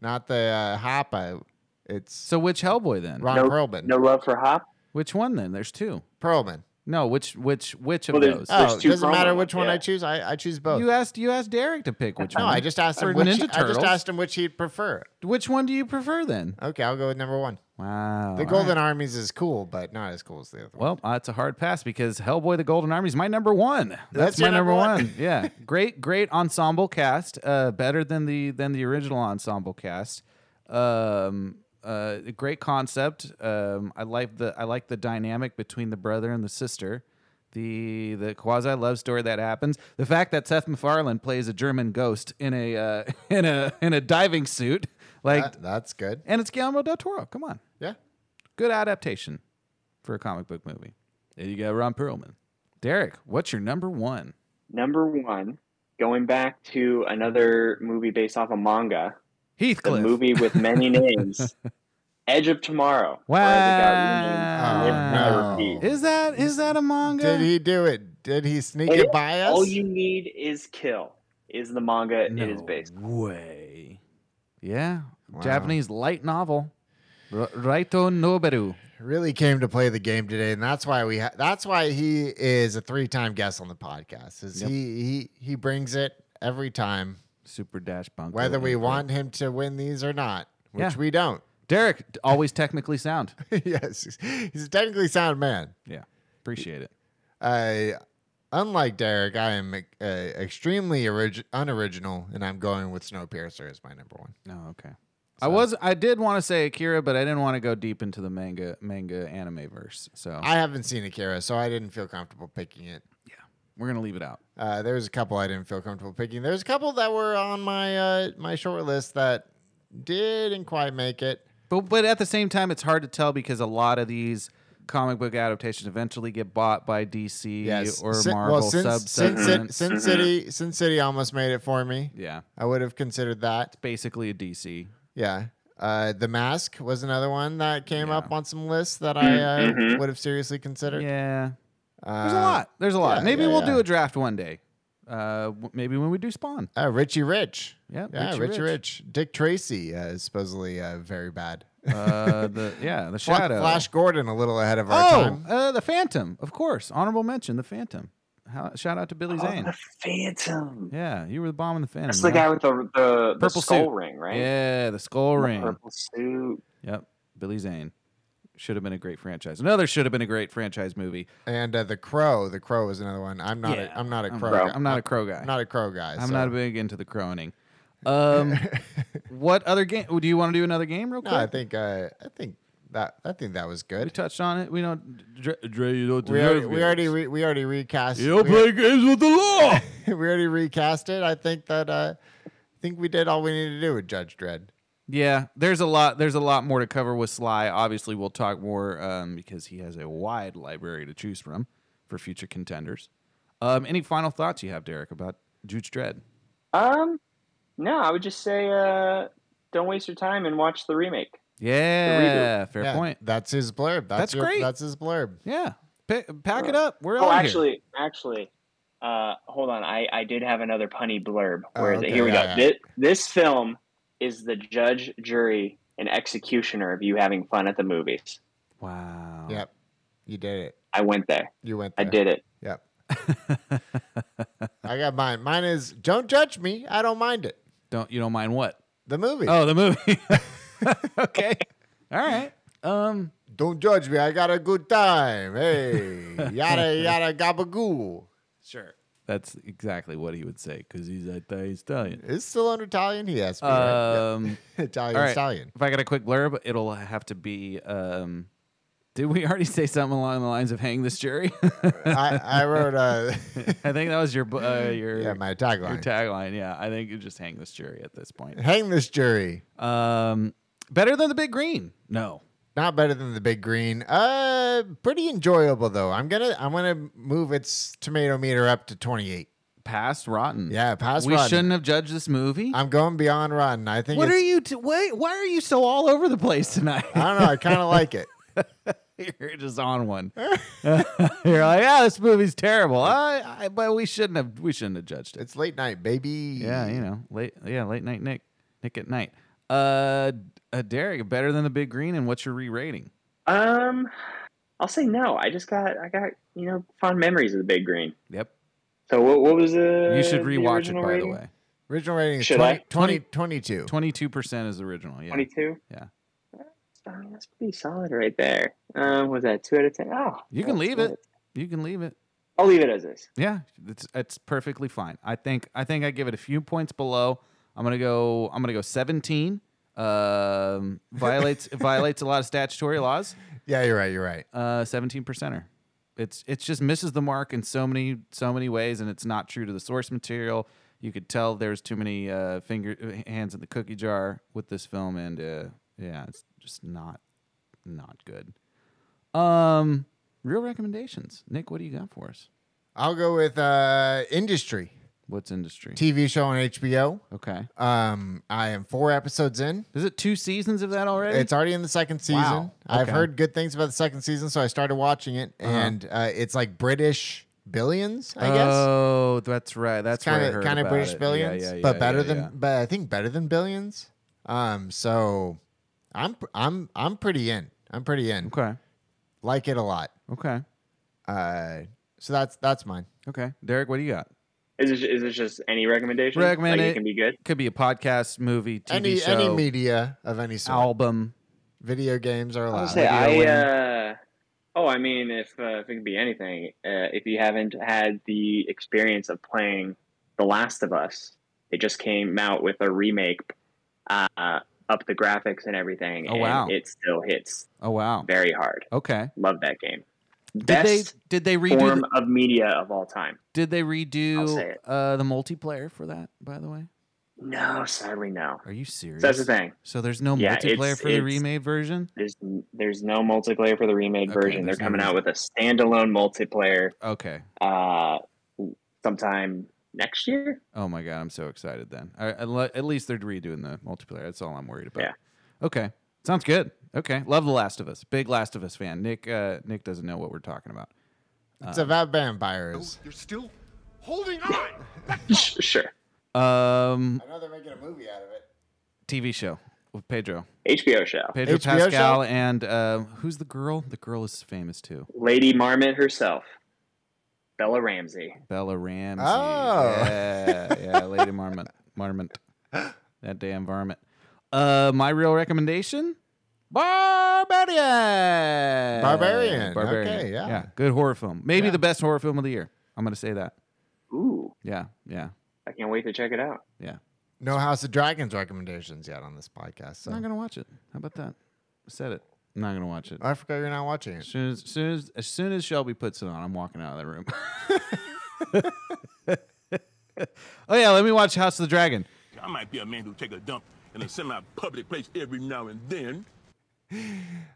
not the uh, Hapa. It's So which Hellboy then? Ron no, Perlman. no love for hop Which one then? There's two. Perlman. No, which which which of Well, there's- those? uh, Oh, it two doesn't matter Perlman which one ones, I yeah. choose. I, I choose both. you asked you asked Derek to pick which no, one. I just asked Or him. Which, Ninja I just Turtles. asked him which he'd prefer. Which one do you prefer then? Okay, I'll go with number one. Wow. The Golden Armies is cool, but not as cool as the other one. Well, uh, it's a hard pass because Hellboy: The Golden Army is my number one. That's, my your number, number one. one? yeah, great, great ensemble cast. Uh, better than the than the original ensemble cast. Um, uh, great concept. Um, I like the I like the dynamic between the brother and the sister. The the quasi love story that happens. The fact that Seth MacFarlane plays a German ghost in a uh, in a in a diving suit, like, That- that's good. and it's Guillermo del Toro. Come on Yeah. good adaptation for a comic book movie. There you go, Ron Perlman. Derek, what's your number one? number one going back to another movie based off a manga the Heathcliff. movie with many names edge of tomorrow where the Wow. guy renamed Live, Not Oh, no. Repeat. Is that is that a manga? Did he do it? Did he sneak Hey, it by us? All you need is kill. Is the manga no it is based? way. Yeah, Wow. Japanese light novel. R- Raito Noberu. really came to play the game today, and that's why we. Ha- that's why he is a three-time guest on the podcast. Is he he he brings it every time, Super Dash Bunko. whether we Inc. want him to win these or not, which Yeah. we don't. Derek, always technically sound. yes, he's a technically sound man. Yeah, appreciate it. I, unlike Derek, I am uh, extremely orig- unoriginal, and I'm going with Snowpiercer as my number one. No, Oh, okay. I was I did want to say Akira, but I didn't want to go deep into the manga manga anime verse. So I haven't seen Akira, so I didn't feel comfortable picking it. we're gonna leave it out. Uh, there was a couple I didn't feel comfortable picking. There's a couple that were on my uh, my short list that didn't quite make it. But but at the same time, it's hard to tell because a lot of these comic book adaptations eventually get bought by DC Yes, E or Sin- Marvel Sin, sub Sin, Sin, segments. Sin City, Sin City almost made it for me. yeah, I would have considered that. basically a DC. Yeah. Uh, the Mask was another one that came Yeah. up on some lists that I uh, Mhm. would have seriously considered. Yeah, Uh, there's a lot. There's a lot. yeah, maybe yeah, we'll yeah. do a draft one day. Uh, w- maybe when we do Spawn. Uh, Richie Rich. Yeah, Yeah, Richie Richie, Rich. Rich. Dick Tracy uh, is supposedly uh, very bad. Uh, the yeah, the Fla- Shadow. Flash Gordon a little ahead of our oh, time. uh, the Phantom, of course. Honorable mention, the Phantom. How, shout out to Billy Oh, Zane. the Phantom. Yeah, you were the bomb in the Phantom. That's the yeah. guy with the the, the Purple skull suit. ring, right? Yeah, the skull The ring. Purple suit. Yep, Billy Zane should have been a great franchise. Another should have been a great franchise movie. And uh, the Crow. The Crow is another one. I'm not. Yeah. A, I'm not a I'm, crow. Crow. Guy. I'm not a crow guy. I'm not a crow guy. I'm so- not big into the croning. Um, what other game? Do you want to do another game real quick? no, I think. Uh, I think that. I think that was we good. touched on it. We don't. Dre, Dre you don't We deserve already. We it. already. Re, we already recast. You don't we- play games with the law. we already recast it. I think that. Uh, I think we did all we needed to do with Judge Dredd. yeah, there's a lot. There's a lot more to cover with Sly. Obviously, we'll talk more um, because he has a wide library to choose from for future contenders. Um, any final thoughts you have, Derek, about Judge Dredd? Um, no, I would just say uh, don't waste your time and watch the remake. Yeah, fair Yeah, point. That's his blurb. That's, That's your, great. That's his blurb. Yeah, Pa- pack it up. We're oh, out here. actually, actually, uh, hold on. I I did have another punny blurb. Oh, Where okay, here we yeah, go. This, this film is the judge, jury, and executioner of you having fun at the movies. Wow. Yep. You did it. I went there. You went. I there. did it. Yep. I got mine. Mine is don't judge me. I don't mind it. Don't you don't mind what? The movie. Oh, the movie. okay. All right. Um. Don't judge me. I got a good time. Hey, yada yada gabagoo. Sure. That's exactly what he would say because he's a Italian stallion. It's still under Italian. He has to be right? Um, Yeah. Italian all right. stallion. If I got a quick blurb, it'll have to be. Um, did we already say something along the lines of "hang this jury"? I, I wrote uh, I think that was your bu- uh, your yeah my your tagline. tagline. Yeah, I think you just hang this jury at this point. Hang this jury. Um, better than the big green. No. Not better than the big green. Uh, pretty enjoyable though. I'm gonna I'm gonna move its tomato meter up to 28. Past rotten. Yeah, past Hmm. we rotten. shouldn't have judged this movie. I'm going beyond rotten. I think. what are it's- you? T- wait, why are you so all over the place tonight? I don't know. I kind of like it. You're just on one. You're like, yeah, this movie's terrible. I, I, but we shouldn't have. We shouldn't have judged it. It's late night, baby. Yeah, you know, late. Yeah, late night Nick. Nick at night. Uh, uh Derek, better than the Big Green. And what's your re-rating? Um, I'll say no. I just got I got you know fond memories of the Big Green. Yep. So what what was the You should Uh, the rewatch it. original By rating? the way, Original rating is Should 20, I? 20 22. twenty-two percent is original. Yeah. twenty two. Yeah. That's pretty solid right there. Um, what was that two out of ten? Oh, You can that's leave good. it. You can leave it. I'll leave it as is. Yeah, it's it's perfectly fine. I think I think I give it a few points below. I'm gonna go. I'm gonna go 17. Um, violates violates a lot of statutory laws. Yeah, you're right. You're right. Uh, 17 percenter. It's it's just misses the mark in so many so many ways, and it's not true to the source material. You could tell there's too many uh, finger hands in the cookie jar with this film, and uh, yeah, it's just not not good. Um, real recommendations, Nick. What do you got for us? I'll go with uh, industry What's industry? TV show on HBO. okay. Um, I am four episodes in. Is it two seasons of that already? It's already in the second season. Wow. I've Okay. Uh-huh. heard good things about the second season, so I started watching it, and uh, it's like British Billions, I guess. Oh, that's right. That's Kind right. of, kind of British Billions, but better than, but I think better than Billions. Um, so I'm, I'm, I'm pretty in. I'm pretty in. Okay. Like it a lot. Okay. Uh, so that's that's mine. Okay. Derek, what do you got? Is it is it just any recommendation? Recommend like it. it can be good. Could be a podcast, movie, TV any show, any media of any sort. album. Video games are I'll allowed. say I. Video Uh, oh, I mean, if uh, if it could be anything, uh, if you haven't had the experience of playing The Last of Us, it just came out with a remake, uh, up the graphics and everything, Oh, and wow. it still hits Oh wow. very hard. Okay. Love that game. Did they Best did they redo form the, of media of all time. did they I'll say redo it. uh, the multiplayer for that? By the way, No, sadly, no. are you serious? So that's the thing. So there's no Yeah, it's- multiplayer for the it's- remade version. There's there's no multiplayer for the remade Okay, version. They're there's no coming out with a standalone multiplayer Okay. uh, sometime next year. Oh my god, I'm so excited then. I, I le- at least they're redoing the multiplayer. That's all I'm worried about. Yeah. Okay. Sounds good. Okay. Love The Last of Us. Big Last of Us fan. Nick uh, Nick doesn't know what we're talking about. It's about vampires. You're still holding on. Sh- sure. Um I know they're making a movie out of it. TV show with Pedro. HBO show. Pedro HBO show? Pascal and uh, who's the girl? The girl is famous too. Lady Marmot herself, Bella Ramsey. Bella Ramsey. Oh. Yeah, yeah, Lady Marmot. Marmot. That damn varmint. Uh, my real recommendation? Barbarian. Barbarian. Okay, yeah. Good horror film. Maybe the best horror film of the year. I'm going to say that. Ooh, Yeah, yeah, I can't wait to check it out. yeah. No House of Dragons recommendations yet on this podcast. So. I'm not going to watch it. How about that? I said it. I'm not going to watch it. I forgot you're not watching As it. soon as, soon as, as soon as Shelby puts it on, I'm walking out of that room. oh yeah, let me watch House of the Dragon. I might be a man who take a dump in a semi-public place every now and then.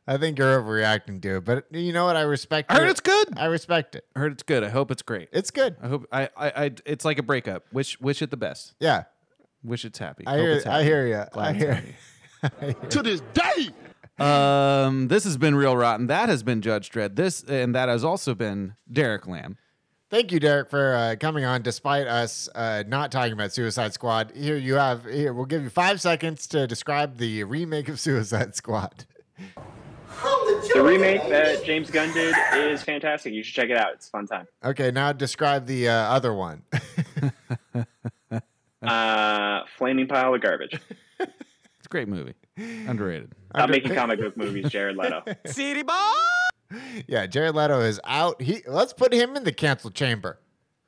I think you're overreacting to it, but you know what? I respect. I heard your- it's good. I respect it. I heard it's good. I hope it's great. It's good. I hope I, I, I it's like a breakup. Wish wish it the best. Yeah, Wish it's happy. I Hope hear. it's I happy. hear you. I Glad it's hear. happy. To this day. Um, this has been real rotten. That has been Judge Dredd. This and that has also been Derek Lamb. Thank you, Derek, for uh, coming on despite us uh, not talking about Suicide Squad. Here you have. Here we'll give you five seconds to describe the remake of Suicide Squad. The remake that James Gunn did is fantastic. You should check it out. It's a fun time. Okay, now describe the uh, other one. Uh, flaming pile of garbage. It's a great movie. Underrated. Stop making comic book movies, Jared Leto. City Boy. yeah, Jared Leto is out. He let's put him in the cancel chamber.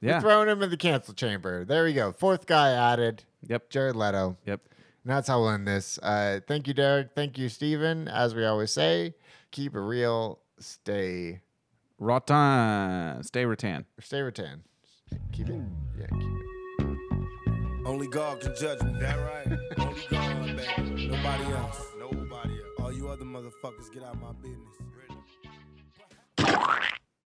Yeah. Throwing him in the cancel chamber. There we go. Fourth guy added. Yep. Jared Leto. Yep. And that's how we'll end this. Uh, thank you, Derek. Thank you, Steven. As we always say, keep it real. Stay Rotan. Stay rattan. stay rattan. Keep it. Yeah, keep it. Only God can judge me. That right. Only God, baby. Nobody else. Nobody else. All you other motherfuckers, get out of my business.